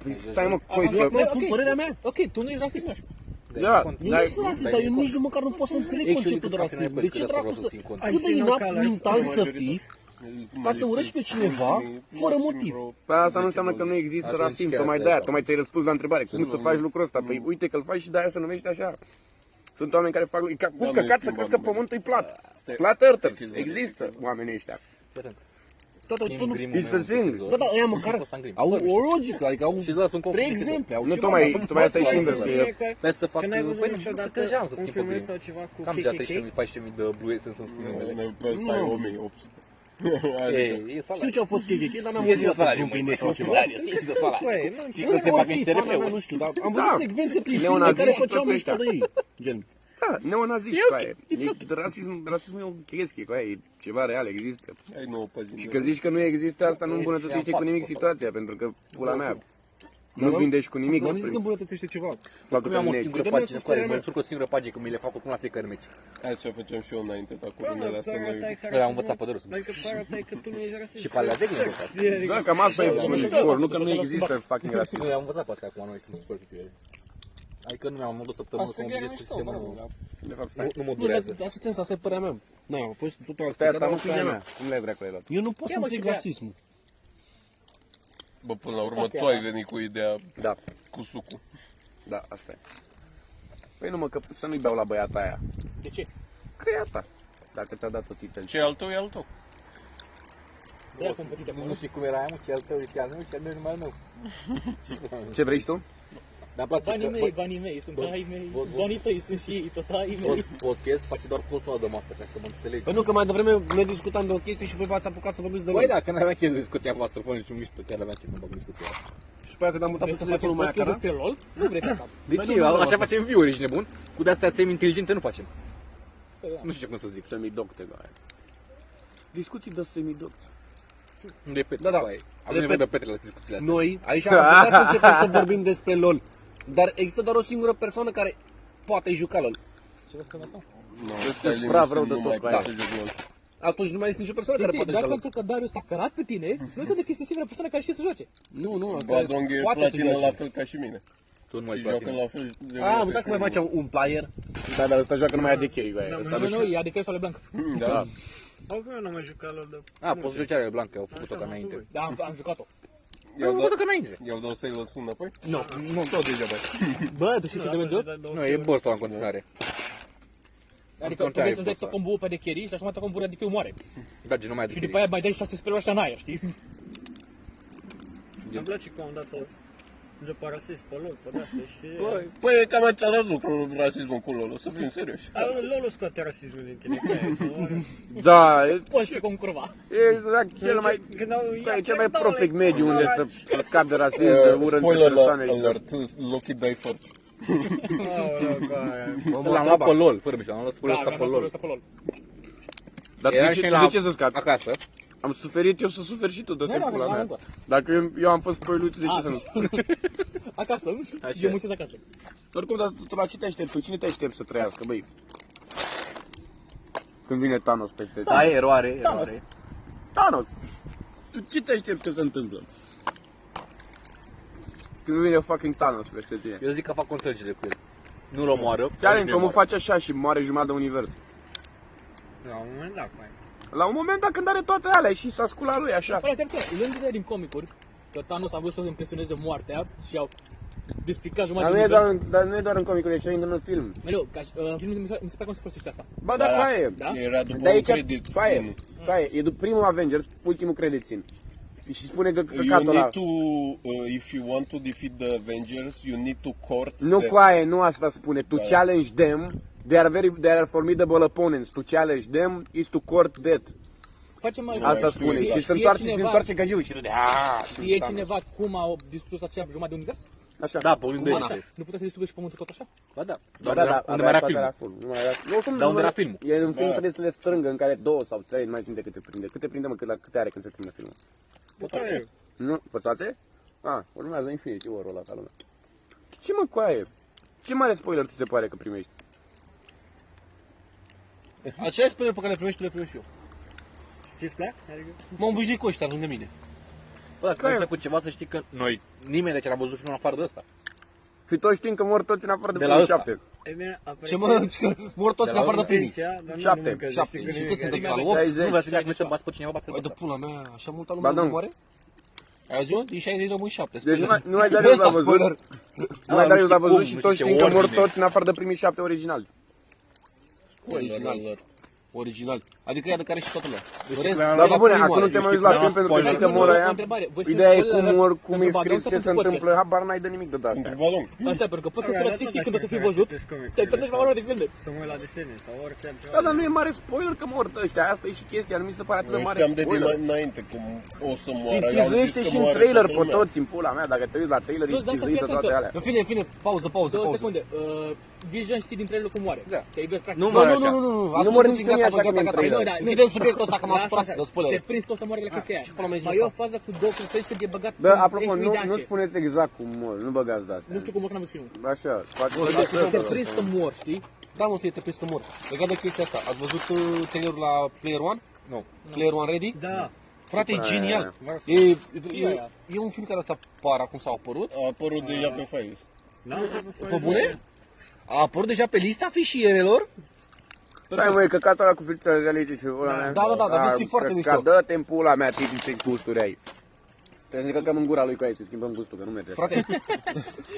păi stai mă, coi,
Eu
că...
acum spun părerea mea. Ok, tu nu ești rasist.
Da,
Eu
dar
nu sunt rasist, dar eu nici nu măcar nu pot să înțeleg
Ei,
conceptul de
și uite-te
rasism.
că
De ce
acolo
dracu
vreau să
să...
fii în contact.
Cât de inapt mental să fii ca să urăști pe cineva fără motiv.
păi asta nu înseamnă că nu există
Atunci
rasism,
chiar
tocmai
de
de-aia,
asta.
tocmai ți-ai răspuns la întrebare, cum să faci lucrul ăsta? Păi uite că-l faci și de-aia se numește așa. Sunt oameni care fac, e ca cu
nu
căcat să
schimba
crezi că
numele.
pământul e
Da,
plat. Flat earthers, există oamenii ăștia.
Tata, Da, tot nu...
It's the thing.
Da, da, ăia măcar au o logică, adică au
Și-ți las un cop.
trei exemple, au
Nu,
ceva.
tocmai, tocmai asta e și
Hai să
invers.
zicem
e-
că-
Trebuie să fac...
Că n-ai
Păi,
văzut
nu,
niciodată
că deja am să
un
schimb
film
opinia.
sau ceva cu
Cam deja
KKK?
13.000 de Blue Essence să-mi schimb numele.
Stai, 1800.
Ei, E
Știu
salariu.
ce au fost KKK, dar n-am
E zi de
auzit
salariu,
un
măi.
film sau ceva.
Salariu, e zi de salariu.
Băi, nu
Și că se
Or
fac
Păi, fi,
niște
pana mea,
refleuri.
Nu știu, dar am
Da.
văzut secvențe prin
Leon
filme
a zis
care
și
făceam
toți
mișto de
ăștia.
ei. Gen,
Da, neonaziști, coaie. E- Rasism, rasismul e o chestie, coaie, e ceva real, există.
Ai nouă
Deci,
pagini.
Și că zici că nu există, asta nu îmbunătățește cu nimic situația, pentru că, pula mea, nu
Da,
vindești cu nimic. păi,
n-am zis că
prin
îmbunătățește ceva.
faptul
Nu
că
am o
nu e-
singură
Dă-mi
pagină
răspuns
cu care mă
părerea
înțurc o singură pagină, că mi le fac acum la fiecare meci.
Așa făceam și eu înainte, dar cu
Bă,
rândele astea
da,
părerea ta e
noi...
că
Noi am învățat pe de râs.
Adică părerea ta e că tu nu ești rasist.
Și pe alea de gândă, bă, asta.
Da, cam asta e un scor, nu că nu există fucking rasism.
Noi am învățat pe astea acum, noi suntem super cu ele. Adică nu mi-am mult o săptămână să mă obișnuiesc cu sistemul nou.
De fapt,
Nu,
stai.
nu mă
Nu, dar
durează.
asta țin, asta e părerea mea. Na, Da, a fost totul
Stai,
altfel,
asta
dar
nu
opinia
știu
mea.
mea. Cum le-ai vrea cu el?
Eu nu pot să înțeleg rasismul.
Bă, până la urmă tu ai venit cu ideea
Da,
cu sucul.
da, asta e. Păi nu mă, că să nu-i beau la băiata aia.
De ce?
Că e a ta. Dacă ți-a dat-o titel.
Ce e al tău, e al tău.
De aia sunt pătite acolo.
Nu știu cum era aia, mă, ce al tău, ce al meu, ce al meu, numai al meu.
Ce vrei și tu?
Dar îmi place
Banii
că
mei, banii mei, sunt
bă,
ai mei,
bă, bă.
banii tăi sunt și ei, tot ai
pod-
mei.
pod- podcast face doar costul ăla de masă, ca să mă înțelegi.
Pentru Păi că mai devreme noi discutam de o chestie și voi v-ați apucat să vorbiți de
Băi,
noi.
da, că n-aveam chestie de discuția voastră, fără niciun mișto, chiar aveam chestie să fac discuția.
Și pe aia când am mutat
Vrei
să
să
facem
facem
lumea
podcast
acara.
despre LOL? Nu vrei să fac.
De
Bă,
ce?
nu, nu, nu,
Așa
nu.
facem viu, ești nebun? Cu de-astea semi-inteligente nu facem. Nu știu ce cum să zic.
Semidocte, bă,
da.
aia. Discuții de semidocte.
Repet,
Da, da.
cu aia. Am
Repet.
Păi, nevoie de petre la discuțiile astea.
Noi, aici am putea să începem să vorbim despre LOL. Dar există doar o singură persoană care poate juca LOL.
Nu, stai
brav rău de
nu
tot
mai
cu aia.
poate să joc LOL.
Atunci nu mai este nicio persoană care
Știi,
poate
doar
juca LOL.
pentru că Darius te-a cărat pe tine, nu înseamnă că este singura persoană care știe să joace.
Nu, nu, asta
Bă, Drong e
poate să
platină la
joace.
fel ca și mine.
Tu nu mai
Și
ești
joacă
platină.
la fel de
Ah,
A,
ca
am uitat
și
că mai
mine.
facem un player.
Da, dar ăsta joacă numai ADC-ul, aia. Ăsta
Nu,
nu
nu,
știu.
e adică sau Blanc.
Mm, Da.
Au că eu n-am mai jucat lor de...
A, poți joci are blancă, au făcut
Așa,
tot
mă,
înainte.
tu.
Da, am, am jucat-o.
I-au
Nu,
dat-
făcut înainte.
I-au dat să-i lăsăm înapoi?
Nu.
Nu, tot deja, bă.
Bă, tu știi ce trebuie joc?
Nu, e burst în continuare.
Adică tu
Atunci ai
vrei să-ți dai
burst-ul
tot combo pe de carry și la jumătate combo adică eu moare.
Da, genul mai
Și
adică.
după aia mai dai șase speluri așa în aer, știi?
Îmi place cum am dat-o de parasist pe LOL, pe de-astea, știi?
Păi e cam același lucru rasismul cu LOL, o să fim serioși.
Da.
Al- LOL-ul scoate rasismul din tine, că e, sau-
<laughs>
Da, e
Poți pe cum curva. Deci,
e exact cel mai...
Când au-
Da, e
ia
cel mai
treptaule,
propic mediu unde
Da,
să să scapi de rasism, de
Eh,
ură între
Spoiler
persoane. și-
alert, Loki die first.
Aoleu, cu aia.
L-am luat pe LOL, fără mișto, l-am luat spune
Da,
ăsta
mi-am
pe
dat
LOL.
ăsta pe Lol.
Dar
Era
tu
și
ce,
la-
de ce să scapi?
Acasă.
Am suferit, eu să suferi și tu, dă-te
Nu, nu,
pula
nu,
mea.
nu. Ah.
Dacă eu- eu am fost spoiluit, de ce
A.
să nu?
Acasă, eu muncesc acasă.
Oricum, dar tu la ce te aștepți? Cu cine te aștepți să trăiască, băi? Când vine Thanos peste tine. Da, eroare,
Thanos.
eroare. Thanos! Tu ce te aștepți că se întâmplă? Când vine fucking Thanos peste tine.
Eu zic că fac o înțelegere cu el. Nu-l omoară.
Ce are în
nu-i
comun?
omoară.
Face așa și moare jumătate de univers.
La un moment dat, mai.
La un moment dat când are toate alea și s-a sculat lui așa.
Păi, asta e lângă din comicuri, că Thanos a vrut să impresioneze moartea și au despicat
Dar
jumătate
nu,
din
e doar,
univers.
în- dar nu e doar în comicuri, e și în film.
Mereu, ca și, uh, mi se mi se pare cum se folosește asta.
Ba da, da, e.
Da?
Era după
De
un
aici,
credit.
pa e, pa e, e după primul Avengers, ultimul credit scene. Și spune că
You
căcatul ăla.
need to, uh, if you want to defeat the Avengers, you need to court
Nu
the...
cu aia, nu asta spune. To challenge them, they are very, they are formidable opponents. To challenge them is to court death.
Facem mai
Asta
știe-
spune.
știe
Și se întoarce, se
cineva-
întoarce ca și de
Știe cineva cum au distrus acea jumătate de univers?
Așa.
Da, pe unde
Așa.
este.
Nu putea să distrugă și pământul tot așa?
Ba da.
Ba da, da,
unde
avea
mai era
toate la
film.
full. Nu mai era Nu, oricum,
Dar
nu
unde
mai-
era filmul?
E în film
Da.
trebuie să le strângă în care două sau trei, nu mai știu de câte prinde. Câte prinde, mă, cât la câte are când se prinde filmul.
Păi,
Nu, pe toate? A, urmează Infinity War-ul ăla ca lumea. Ce mă coaie? Ce mare spoiler ți se pare că primești?
Aceea spune pe care le primești, le primești eu.
Ți-ți plac? Adică,
M-am obișnuit cu ăștia lângă mine.
Bă, dacă ai făcut ceva, să știi că noi, nimeni de ce n-a văzut filmul în afară de ăsta.
Și toți știm că mor toți în afară de,
De
de
la
primul
ăsta.
șapte.
e bine, apreciez
Ce mă, zici că mor toți în afară de primii.
atenția, dar nu
Șapte,
mă mâncăți de
șapte.
sigur
Și
nimic,
cât se
adică-
întâmplă la
60.
lor?
Nu vrea să dacă nu se bați pe cineva, bați pe
Bă, de
ăsta.
pula mea, așa multă
Ba,
lume
da.
nu moare? Ai zis, din 60 rămân 7.
Deci nu mai, nu mai Darius
Ăsta
l-a văzut,
spoiler.
nu mai
Da,
Darius
nu
l-a
știu
văzut
cum,
și
nu
toți
știu
știm că mor
ordine.
toți în afară de primii șapte originali.
Original. Original. Adică ea de care și toată lumea.
Deci
În rest,
Dar
era
pe bune,
primul
acum nu
oare.
te mai
știi
uiți la
cum
film
era
pentru că știi
spoiler?
că
Nu,
mor
nu, o
aia.
întrebare. Voi știți
Ideea e
spoiler
cum
alert
mor, cum e
pentru Badeon
scris,
sau
ce se
pentru
întâmplă, habar n-ai de nimic de
într-un
asta.
balon.
Așa, pentru că poți să
Alright,
surăți
asta
știi
dacă
când o să fii
vreau să
văzut,
citesc comics,
să ai tot la
sau-
oră de filme.
Să mă uit la desene sau orice altceva.
Da, dar nu e mare spoiler că mor ăștia, asta e și chestia, nu mi se pare atât de
Noi
mare
știam de din
spoiler.
înainte cum o să
Și
moară. I-au zis
chizuiește
că
și în
moare
trailer
toată
pe
lumea.
toți în pula mea, dacă te uiți la trailer, e
Toți, dar asta
chizuită
fii atent
toate
că-
alea.
În fine, în fine, pauză, pauză,
Două
pauză.
secunde. Uh, Vision știi din trailer cum moare.
Da.
Te-ai văzut practic.
Nu
Nu,
mor
Nu,
așa.
nu, nu, nu,
Nu
ascult
mor în
puțin,
sine
gata,
așa
gata,
cum e în
gata,
trailer.
nu, da, nu.
Închidem subiectul ăsta că m-a
Lasă
supărat
așa,
de
Te
spoiler.
prins că o să moare de la chestia aia.
pula mea zici
Mai
de
e o fază cu Doctor Strange când e băgat
Da,
cu
apropo,
10.000 de
nu,
ance.
nu spuneți exact cum mor, nu băgați de
Nu știu
astea.
cum mă n-am văzut filmul.
Așa, faci
Te prins că mor, știi?
Da, mă, fie, te prins că mor. Legat de chestia asta, ați văzut uh, trailerul la Player One?
Nu.
Player One Ready?
Da,
Frate, e
Aia,
genial.
aia,
E, e,
aia.
e, un film care o să apară acum, s-a apărut.
A apărut deja pe Files. Pe bune?
A apărut deja pe lista fișierelor?
Stai măi, căcatul ăla cu filtrele de lege și ăla mea.
da, da, dar vezi că e foarte mișto.
Dă-te în pula mea, titi, ce gusturi ai. Trebuie să ne căcăm în gura lui cu aia, să schimbăm gustul, că nu merge. Frate,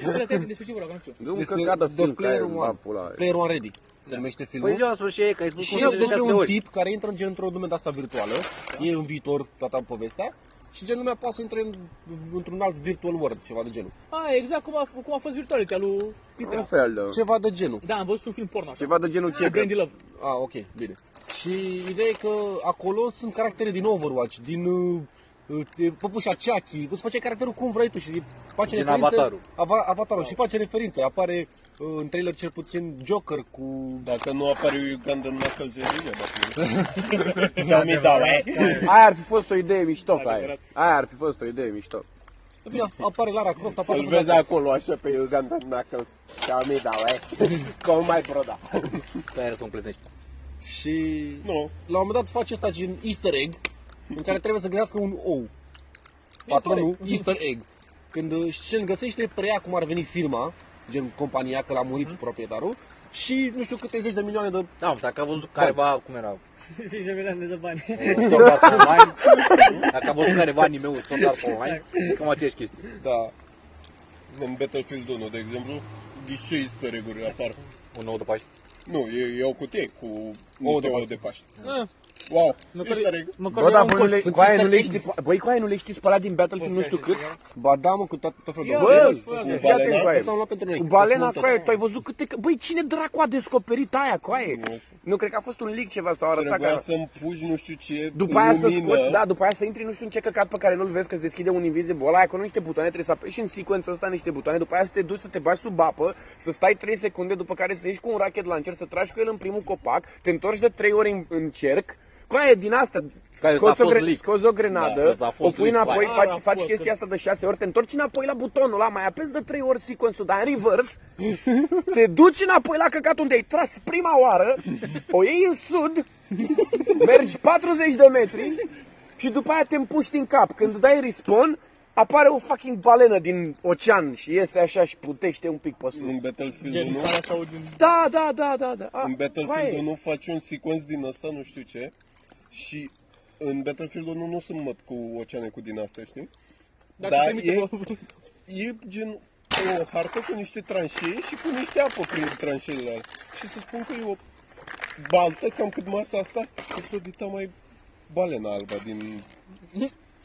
Vreau să iasă despre ce vorba, că nu știu.
nu un căcat de film, că ai în pula aia.
Player One Ready se numește filmul.
Păi zi la sfârșit, că ai spus
și eu despre un tip care intră în gen într-o lume de asta virtuală,
Da.
e în viitor toată povestea, și gen lumea poate să intre în, într-un alt virtual world, ceva de genul.
Ah, exact cum a, f- cum a fost virtualitatea lui
Un
Cristina.
fel, da.
Ceva de genul.
Da, am văzut și un film porno așa.
Ceva de genul ce, că
Grandy Love.
A, ok, bine. Și ideea e că acolo sunt caractere din Overwatch, din uh, uh, te- păpușa Chucky, îți face caracterul cum vrei tu și face
Din
referințe,
Avatarul.
Ava, avatarul și face referințe, apare uh, în trailer cel puțin Joker cu...
Dacă nu apare Ugandan Knuckles, e bine, dacă nu. Da, mi da,
Aia ar fi fost o idee mișto, ca aia. Aia ar fi fost o idee mișto.
Bine, Da, apare Lara Croft, apare...
Să-l vezi acolo, așa, pe Ugandan Knuckles. Da, mi da,
<laughs>
Cum mai broda?
Care să o împleznești.
Și
Nu.
la un moment dat face asta gen easter egg în care trebuie să găsească un ou. Patronul <laughs> easter egg. Când uh, și îl găsește, preia cum ar veni firma, gen compania, că l-a murit proprietarul, și nu știu câte zeci de milioane de...
Da, mă, dacă a văzut careva, cum era,
Zici de milioane de bani.
un soldat pe online, dacă a văzut careva anime-ul soldat pe online, cam aceeași chestie.
Da. În Battlefield 1, de exemplu, ghișe easter egg-uri apar.
Un nou de Paști.
Nu, e, e o cutie cu niște ouă de Paște. Wow, easter egg.
Măcar
Bă,
era
dar voi
un
nu
coș.
le, cu aia nu le știi, băi, cu aia nu le știi spălat din Battlefield nu știu cât?
Ba da, mă, cu tot, tot felul de...
Bă,
cu
fii atent
balena?
cu aia.
Asta am luat pentru noi.
Cu balena
Frumos.
cu aia, tu ai văzut câte... că- Băi, cine dracu a descoperit aia cu aia? Nu, cred că a fost un leak ceva sau arătat
Trebuia
ca...
să-mi puși nu știu ce
După aia să
lumină.
scoți, da, după aia să intri nu știu în ce căcat pe care nu-l vezi că îți deschide un invisibil ăla, acolo niște butoane, trebuie să apeși în sequența asta niște butoane, după aia să te duci să te bagi sub apă, să stai 3 secunde, după care să ieși cu un racket la încerc, să tragi cu el în primul copac, te întorci de 3 ori în, în cerc, cu aia e din asta,
Care
scoți
s-a
o,
fost
gre-
leak.
scoți o
Da,
grenadă,
s-a fost
o pui
leak,
înapoi,
aia.
Aia a
faci, faci
fost,
chestia asta de 6 ori, te întorci înapoi la butonul ăla, mai apesi de 3 ori sequențul, dar în reverse, te duci înapoi la căcat unde ai tras prima oară, o iei în sud, mergi 40 de metri și după aia te împuști în cap. Când dai respawn, apare o fucking balenă din ocean și iese așa și putește un pic pe sus.
În Battlefield
Gen
1,
sala sau din...
Da, da, da, da, da. A, coaie.
în Battlefield 1 faci un sequenț din asta, nu știu ce, și în Battlefield 1 nu sunt măt cu oceane cu din astea, știi?
Dacă
Da,
trimite
e-
e...
E gen o hartă cu niște tranșee și cu niște apă prin tranșeele alea. Și să spun că e o baltă, cam cât masa asta, că s-o dita mai balena albă din...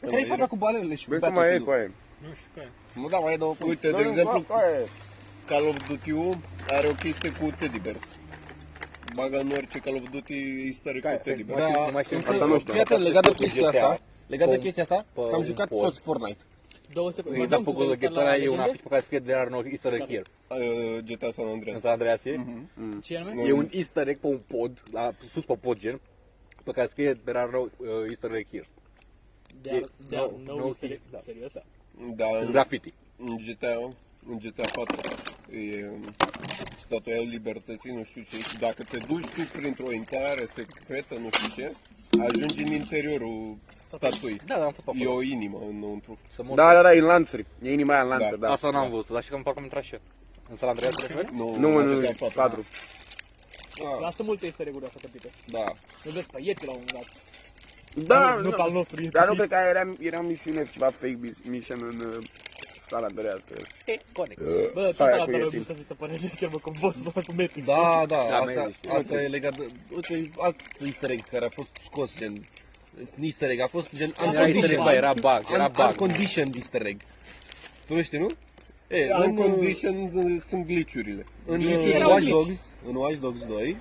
Care-i faza cu balenele și cu
Băi, cum mai e
Battlefield-ul?
cu aia?
Nu, da, mai e două puncte.
Uite, de exemplu, Call of Duty-ul are o chestie cu teddy bears. Baga în orice Call of Duty easter egg cu teddy bears.
Da,
Nu mai știu.
încă-
Asta
nu știu.
fii atent, legat de chestia
GTA.
asta, legat de chestia asta,
pe
că am
un
jucat
pod.
toți Fortnite.
Două secunde.
Exact,
Vorbim
pe Google
cu
Get ăla e un
legende?
articol care scrie de la no easter egg here.
Uh, GTA San
În
Andreas.
San Andreas e?
Mhm.
Ce anume?
E un easter egg pe un pod, la, sus pe pod gen, pe care scrie there are no uh, easter egg here.
Dar- dar
no-
nou
no
easter egg.
hit, da.
Serios?
Da,
Sunt
în-
graffiti.
în GTA, în GTA 4 e um, statuia libertății, nu știu ce, și dacă te duci tu printr-o intrare secretă, nu știu ce, ajungi în interiorul statuii.
Da, da, am fost pe
E
acolo.
o inimă înăuntru.
Să mor.
Da, da, da, e în lanțuri. E inima aia în lanțuri, da.
Asta n-am văzut, dar și că parcă am intrat și eu. În San Andreas te referi?
Nu,
Nu, mă,
la
nu, da.
GTA
nu,
4.
patru.
Lasă multe easter egg-uri astea tăpite.
Da.
Nu vezi pe ieti la un moment dat.
Da,
Nu ca al nostru.
Dar nu cred că aia era, era misiune, ceva fake bis- mission în uh, sala de reaz, cred.
Bă, tot
aia
ăla
cu
dar
ieții.
nu să mi se pare că mă convot sau cu Matrix.
Da, da,
mai
asta,
e, știi.
asta e legat de... Uite, alt easter egg care a fost scos, gen... Un easter egg, a fost gen
Era easter egg,
unconditioned.
da, era bug, era
Un-
bug.
Unconditioned easter egg. Tu nu știi, nu? E,
În
în, în,
condition uh, sunt glitch-urile.
în Watch Dogs, în Watch Dogs 2,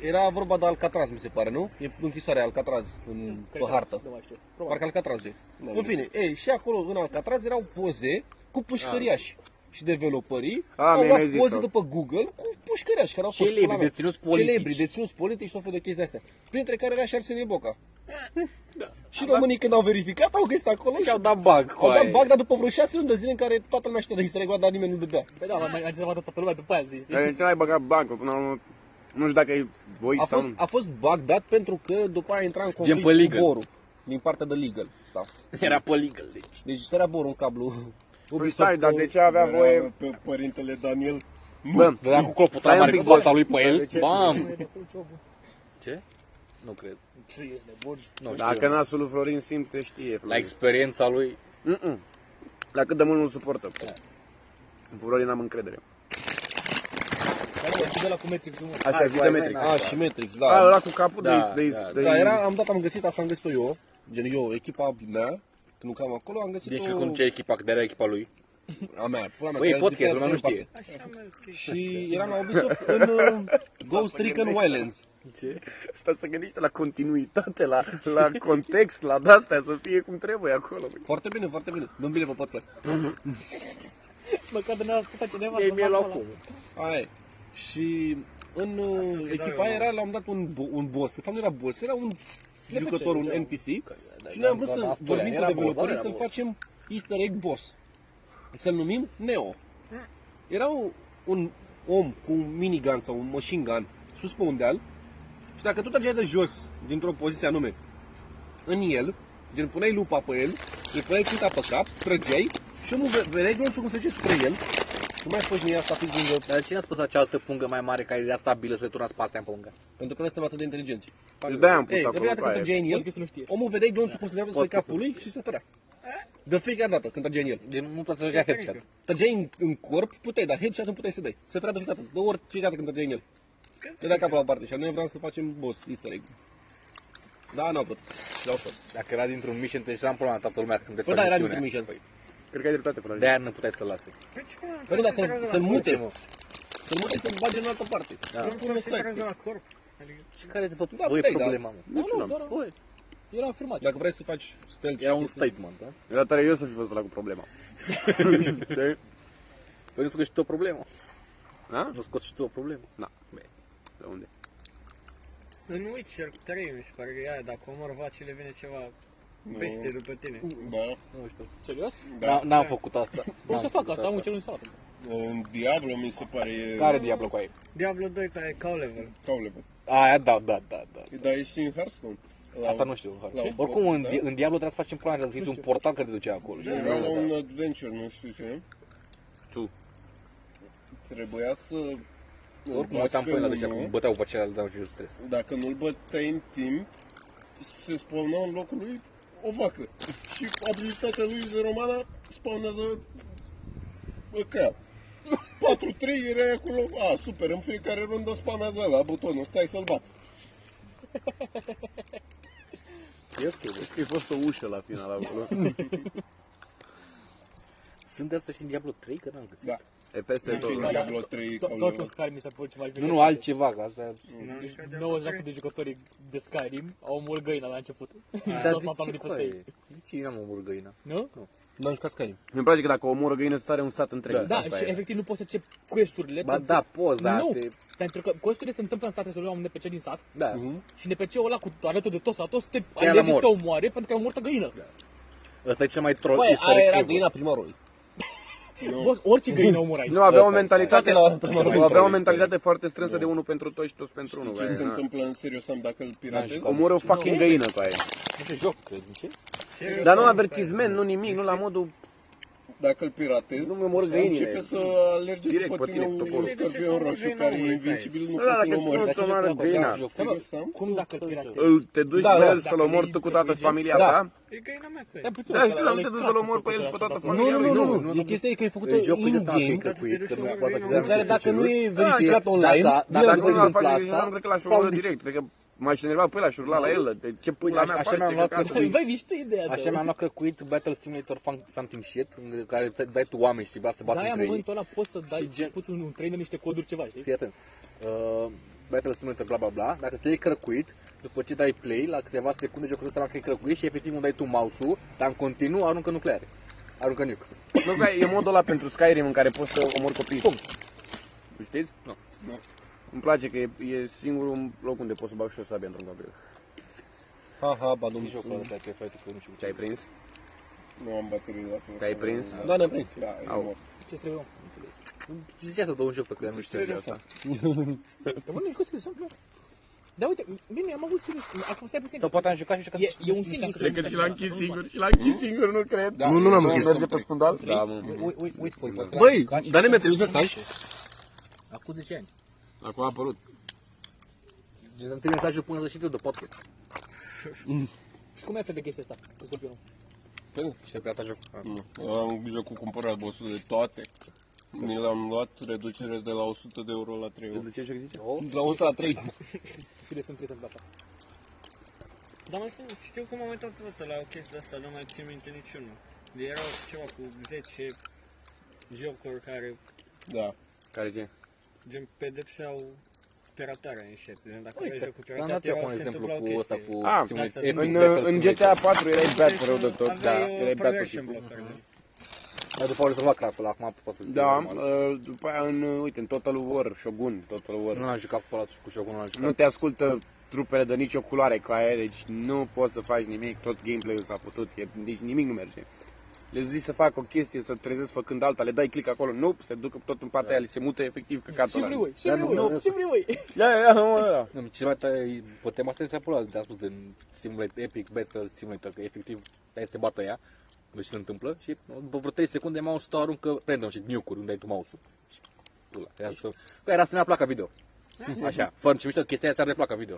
era vorba de Alcatraz, mi se pare, nu? E închisoarea Alcatraz în, pe hartă.
Nu mai știu.
Parcă Alcatraz e.
Da,
În fine, ei, și acolo în Alcatraz erau poze cu pușcăriași. Și developerii
Da. A,
au
mi-ai
luat
mai zis,
poze
da.
după Google cu pușcăriași care au fost
Celebri,
pula mea,
deținuți politici.
Celebri, deținuți politici, tot felul de chestii astea. Printre care era și Arsenie Boca.
Da.
Și românii când au verificat, au găsit acolo și
Și-au dat bug cu
au dat
aia.
bag, dar după vreo șase luni de zile în care toată lumea știa de easter egg dar nimeni nu dădea.
Păi da, mai am zis toată lumea după aia, zici, știi?
Dar de ce n-ai băgat bancul până la urmă? Nu știu dacă e voi
A
sau
fost,
nu.
a fost bug dat pentru că după aia intra în
pe
conflict cu
legal.
borul. Din partea de legal. Stau.
Era pe legal, deci.
Deci sărea borul în cablu
Păi stai, dar de ce avea voie...
Era Pe părintele Daniel.
Bă,
Vedea cu clopotul
Stai un
mare
pic,
cu fața
bă.
lui pe
De
el.
ce?
Bam! Ce? Nu cred. Nu
Dacă
știu.
nasul lui Florin simte, știe
La
Florin.
experiența lui...
Mm-mm. La cât de mult nu-l suportă. În Florin am încredere.
de la cu Matrix nu mă.
Așa, zi de Matrix.
Ah,
A, și Matrix, da.
Da, ăla cu capul
Da,
de... de,
da,
de
Da, era, am dat, am găsit, asta am găsit eu, gen eu, echipa mea, când lucram acolo, am găsit
Deci
o...
îl conducea echipa, că de era echipa lui.
A mea, pula mea.
Băi,
care
e podcast,
era
lumea nu știe.
parte. Și eram la Ubisoft în uh,
<laughs>
Ghost Recon Wildlands.
Asta se gândește la continuitate, la,
<laughs>
la context, la de-astea, să fie cum trebuie acolo.
Foarte bine, foarte bine. Dăm bine pe podcast.
Măcar de ne-a ascultat cineva.
Ei, mie
la
la fum.
Aia e. Și în uh,
da,
echipa aia era, l-am dat un, bo- un boss. De fapt nu era boss, era un jucător, un NPC.
da,
Și noi am vrut să
Astolea,
vorbim cu
era boss,
developerii
da,
să
era boss.
facem easter egg boss. Să-l numim Neo. Era un, un om cu un minigun sau un machine gun sus pe un deal și dacă tu trăgeai de jos, dintr-o poziție anume, în el, gen puneai lupa pe el, îi puneai cinta pe cap, trăgeai și omul ve- vedeai glonțul cum se duce spre el nu mai faci din asta fix lângă
Dar cine a spus această pungă mai mare care era stabilă să le turnați pe astea în pungă?
pentru că noi suntem atât de inteligenți.
Eu Păi de-aia am pus
Ei, de
acolo
fiecare dată
pe
când
aia.
trăgea în el,
Podcast nu știe.
omul vedeai glonțul cum se dea spre capul lui și se tărea. De fiecare dată când trăgea în el.
Deci nu poți să joci headshot.
Trăgeai în, în corp, puteai, dar headshot nu puteai să dai. Se tărea de fiecare dată, de ori fiecare dată când trăgeai în el. Te dea capul la o parte și noi vreau să facem boss, easter egg. Da, n-au vrut. L-au scos.
Dacă era dintr-un mission, te eram până la toată lumea când
Bă,
desfaci
da, era
misiunea.
mic Michel. Păi
Cred că ai dreptate, Florin.
De-aia nu puteai să-l lase.
Păi nu, dar să-l să-l
Ce,
mute.
mă?
Să-l mute să-l bage în altă parte. Da. Pune
Să-i
sac.
la corp.
Și care de fapt
Da,
voi e
puteai, da.
problema, mă?
Nu, nu, doar voi. Era afirmație.
Dacă vrei să faci stealth
Era
și
un
chestii-
statement, da?
Era tare eu să fi fost ăla cu problema. De?
Păi nu scoți și tu o problemă.
Da?
Nu scoți și tu o problemă.
De unde?
În Witcher 3, mi se pare că e aia, dacă omor vacile, vine ceva peste după tine.
Da.
Nu știu.
Serios?
Da.
N- N-am făcut asta.
O să
N-am
fac
făcut
asta, am un cel în sală.
În Diablo mi se pare e
Care diablo cu aia?
Diablo 2 care e cow level.
Caulevel.
Aia, da, da, da, da.
Dar e și în Hearthstone. La-
Asta nu știu.
la un
Oricum,
port,
în,
da?
Di- în Diablo trebuie să facem până la zis un portal care te duce acolo.
Era la un adventure, nu știu ce.
Tu.
Trebuia să...
Oricum,
bați
uitam
pe
pe ăla de
unul.
cum băteau pe celălalt, dau jos stres.
dacă nu-l băteai în timp, se spawna în locul lui o vacă. Și abilitatea lui Zeromana spawnează bă, cap. 4-3 erai acolo, a, super, în fiecare rundă spawnează la butonul, stai să-l bat.
Că e fost o ușă la final acolo.
Sunt de asta și în Diablo 3, că n-am găsit.
Da.
E peste tot.
În Diablo 3,
To- Tot cu Skyrim mi se pare ceva mai
Nu, nu, altceva, că asta...
Deci 90% de jucătorii de Skyrim au omorât găina la început. <laughs>
Dar
Dar
de ce
de
cu
peste
aia?
ei.
De ce n-am omorât găina?
Nu?
N-am jucat Skyrim.
Mi-mi place că dacă omoră găină, sare un sat întreg.
Da,
Asta
și
e.
efectiv nu poți să cep quest-urile.
Ba
pentru-
da, poți, da,
Nu,
te...
pentru că quest-urile se întâmplă în sat, să luăm un NPC din sat
Da.
și NPC-ul ăla cu arătul de tot satul te
la
alegi să
mor.
te omoare pentru că e o moartă găină.
Ăsta e cel mai troll
Păi, aia era
ever.
găina primarului.
Boss, orice găină omorai.
Nu, avea o
Asta e.
mentalitate,
Toate la-
avea o mentalitate foarte strânsă de unul pentru toți și toți pentru unul.
Ce
bă,
se
na.
întâmplă în serios am dacă
Da,
îl piratezi?
Omoră o fucking găină cu aia.
Nu știu, joc, cred, nu ce?
Dar nu avertisment, nu nimic, nu la modul...
Dacă îl piratezi,
Nu mă omoră
începe
găinile.
să alerge
Direct
după
pe
tine
tine cu
un
toporul.
scorpion roșu care e invincibil, nu
Da,
poți să-l
dacă tu
omori.
îți omoră găina,
Serios, am?
Cum dacă îl piratezi?
Da. îl te duci
Da,
pe
da,
el să-l
dacă
omori
nu-i
tu cu toată
inteligent.
familia
Da.
ta?
E găina mea, că e.
Stai puțin,
Da,
că
știu,
la-
am
la
te duci
Cracu
să-l omori pe
făcut
el și pe
așa,
toată
da.
Nu,
familia
nu, nu,
lui.
nu, nu. E chestia e că e făcută
Jocul
Păi,
de ăsta
in-game.
e căcuit, că Păi, nu
Dacă
poți
te duci
accesa
Care dacă nu e verificat
Da,
online,
da,
nu e
da,
Dacă
Dacă
nu
se
l-ar
întâmplă
face
asta,
asta, cred că l-aș omorâ direct. Cred că m-aș enerva pe el, aș urla la el. De ce pui la
Uite,
mea
așa
face?
mi-am luat
căcatul?
tot-
Păi, Băi, mișto ideea
Așa
ta.
mi-am luat crăcuit Battle Simulator Fun- Something Shit, în care îți dai tu oameni și trebuia să bat
Da, în
între ei.
momentul ăla poți să dai
gen-
gen... puți un, un trainer niște coduri ceva, știi?
Fii atent. Uh, Battle Simulator, bla bla bla. Dacă te iei crăcuit, după ce dai play, la câteva secunde jocul ăsta că e crăcuit și efectiv unde dai tu mouse-ul, dar în continuu aruncă nucleare. Aruncă nuc.
Nu, că e modul ăla pentru Skyrim în care poți să omori copii. Cum? Știți?
Nu.
Nu.
Îmi place că e, e singurul loc unde poți să bag și o sabie într-un cabrio.
Ha, ha, ba,
Nu jocul
domnul.
ăla pe fai că nu știu.
Ce ai prins?
Nu am baterie la telefon.
Te-ai prins?
Da, ne-am prins.
Da, e
Au.
mort.
Ce trebuie? mă?
Zicea să dau un joc pe care nu știu de
da.
Serios,
asta.
am.
Păi, Că mă, nu ești cu simplu. Da, uite, bine, am avut sinus. Acum stai puțin.
Sau poate am jucat și jucat
E, e un sinus.
Cred că și l-a închis singur. Și l-a închis singur, nu cred.
Da, nu, nu l-am închis.
Merge pe fundal? Da, mă.
Uite, uite, uite.
Băi, dar mi-a trimis mesaj.
Acum 10 ani.
Acum a apărut.
Deci am trimis mesajul până la sfârșitul de podcast.
Și cum ai aflat de chestia asta cu scorpionul?
Și te-ai plătat joc.
Nu. Mm. Am grijă cu cumpărat bossul de toate. Mi l-am luat reducere de la 100 de euro la 3 euro.
ce joc zice?
De la 100 la 3.
Și sunt prezent la asta.
Dar mai sunt, știu cum am uitat toată la o chestie asta, nu mai țin minte niciunul. Erau ceva cu 10 jocuri care
Da.
Care ce?
gen pedepseau piratarea în shit. Gen, dacă
Uite,
aveai jocul
Ți-am dat
piratat,
eu
erau
acum
se
exemplu
întâmplau
cu ăsta
chestii.
cu
Ah,
Simulator-
asta,
Epic
În,
Battle
uh, în
Simulator.
GTA 4 erai bad pe rău de tot,
Aveai,
da,
uh,
erai bad pe
progression
tipul.
blocker, da. nu?
Dar după au rezolvat craftul, acum pot să
Da, uh, după aia în, uh, uite, în Total War, Shogun, Total
Nu
War.
am jucat cu palatul și cu șocul, nu am
Nu
jucat.
te ascultă trupele de nicio culoare ca aia, deci nu poți să faci nimic, tot gameplay-ul s-a putut, e, deci nimic nu merge. Le zici să facă o chestie, să trezesc făcând alta, le dai click acolo, nu, se duc tot în partea aia, le se mută efectiv căcatul
Simply
ăla.
way, simply way, simply way.
Ia, ia, ia, mă, ia.
Nu, cel mai tare, pe tema asta este acolo, de-a spus, din Simulator, Epic Battle Simulator, că efectiv aia este bataia, nu știu ce se întâmplă și după vreo 3 secunde mouse ul aruncă random și nuke-uri unde ai tu mouse-ul. Și ăla, era să- Că era să ne placa video. Așa, fără nicio mișto, chestia aia s-ar placa video.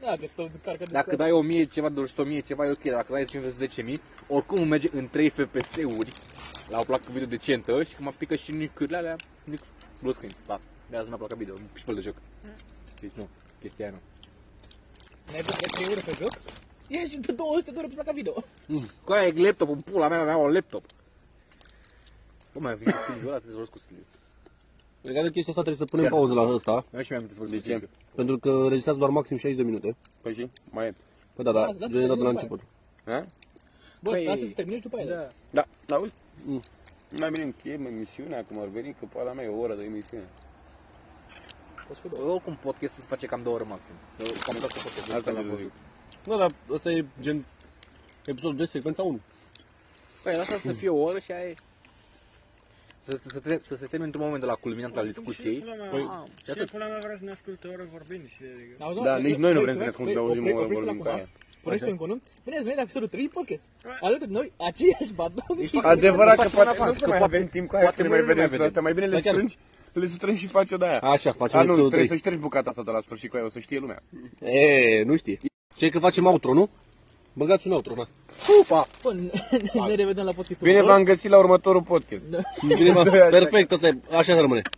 Da, că ți-o încarcă de
Dacă dai 1000 ceva, doar 1000 ceva e ok, dar dacă dai 510.000, oricum merge în 3 FPS-uri la o placă video decentă și că mă pică și nicurile alea, nix blue screen. Da, de azi nu placa video, un pișpăl de joc. Deci nu, chestia aia nu.
Ne-ai dat 3 ore pe joc? Ești de 200 de ore pe placa video.
Cu aia e laptop, în pula mea, mi-am un laptop. Bă, mai vine Silviu ăla, trebuie să vorbesc cu Silviu.
Legat de chestia asta trebuie să punem pauză la ăsta,
Eu și mi-am amintit să vorbesc cu Silviu.
pentru că registrează doar maxim 60 de minute.
Păi și? Mai e.
Păi da, da,
Lasă- lasă
de
să
dat de la
terminăm
început.
Bă, stai să termini și după aia. Da.
Da, da, auzi? Mai bine încheiem emisiunea, cum ar veni, că pe ala mea e o oră de emisiune.
Oricum podcastul se face cam 2 ore maxim. Eu Cam tot podcastul.
Asta mi-a
mi-am văzut.
văzut.
Da, dar ăsta e gen episodul 2, secvența 1.
Păi, lasă să fie o oră și aia e. Să, să, să, să se termine într-un moment de la culminant al discuției.
Păi,
și
și
atât.
până mai vreau să ne asculte ore vorbind și adică...
Da, nici noi nu vrem să ne ascultăm,
Păi,
auzim
opri-
o oră
opriți-l
vorbim cu
acum.
aia. Da.
Pornește în conum. Bine ați venit la episodul 3 podcast. Alături de noi, aceiași badoni și...
Adevărat că
Facem un
poate nu
avans,
să
că
mai
poate-
avem timp cu aia
poate
să ne mai
mâine nu
vedem
mai
asta. Mai bine le
Dar chiar-
strângi, le strângi și faci o de aia.
Așa, facem
A, Ah, nu,
episodul
trebuie
3.
să ștergi bucata asta de la sfârșit cu aia, o să știe lumea.
E, nu știe. Ce că facem outro, nu? Băgați un
<laughs>
outro, na.
Bun, <laughs> ne revedem la podcastul
Bine
următor.
v-am găsit la următorul podcast.
Bine,
Da,
Perfect, asta e, așa rămâne.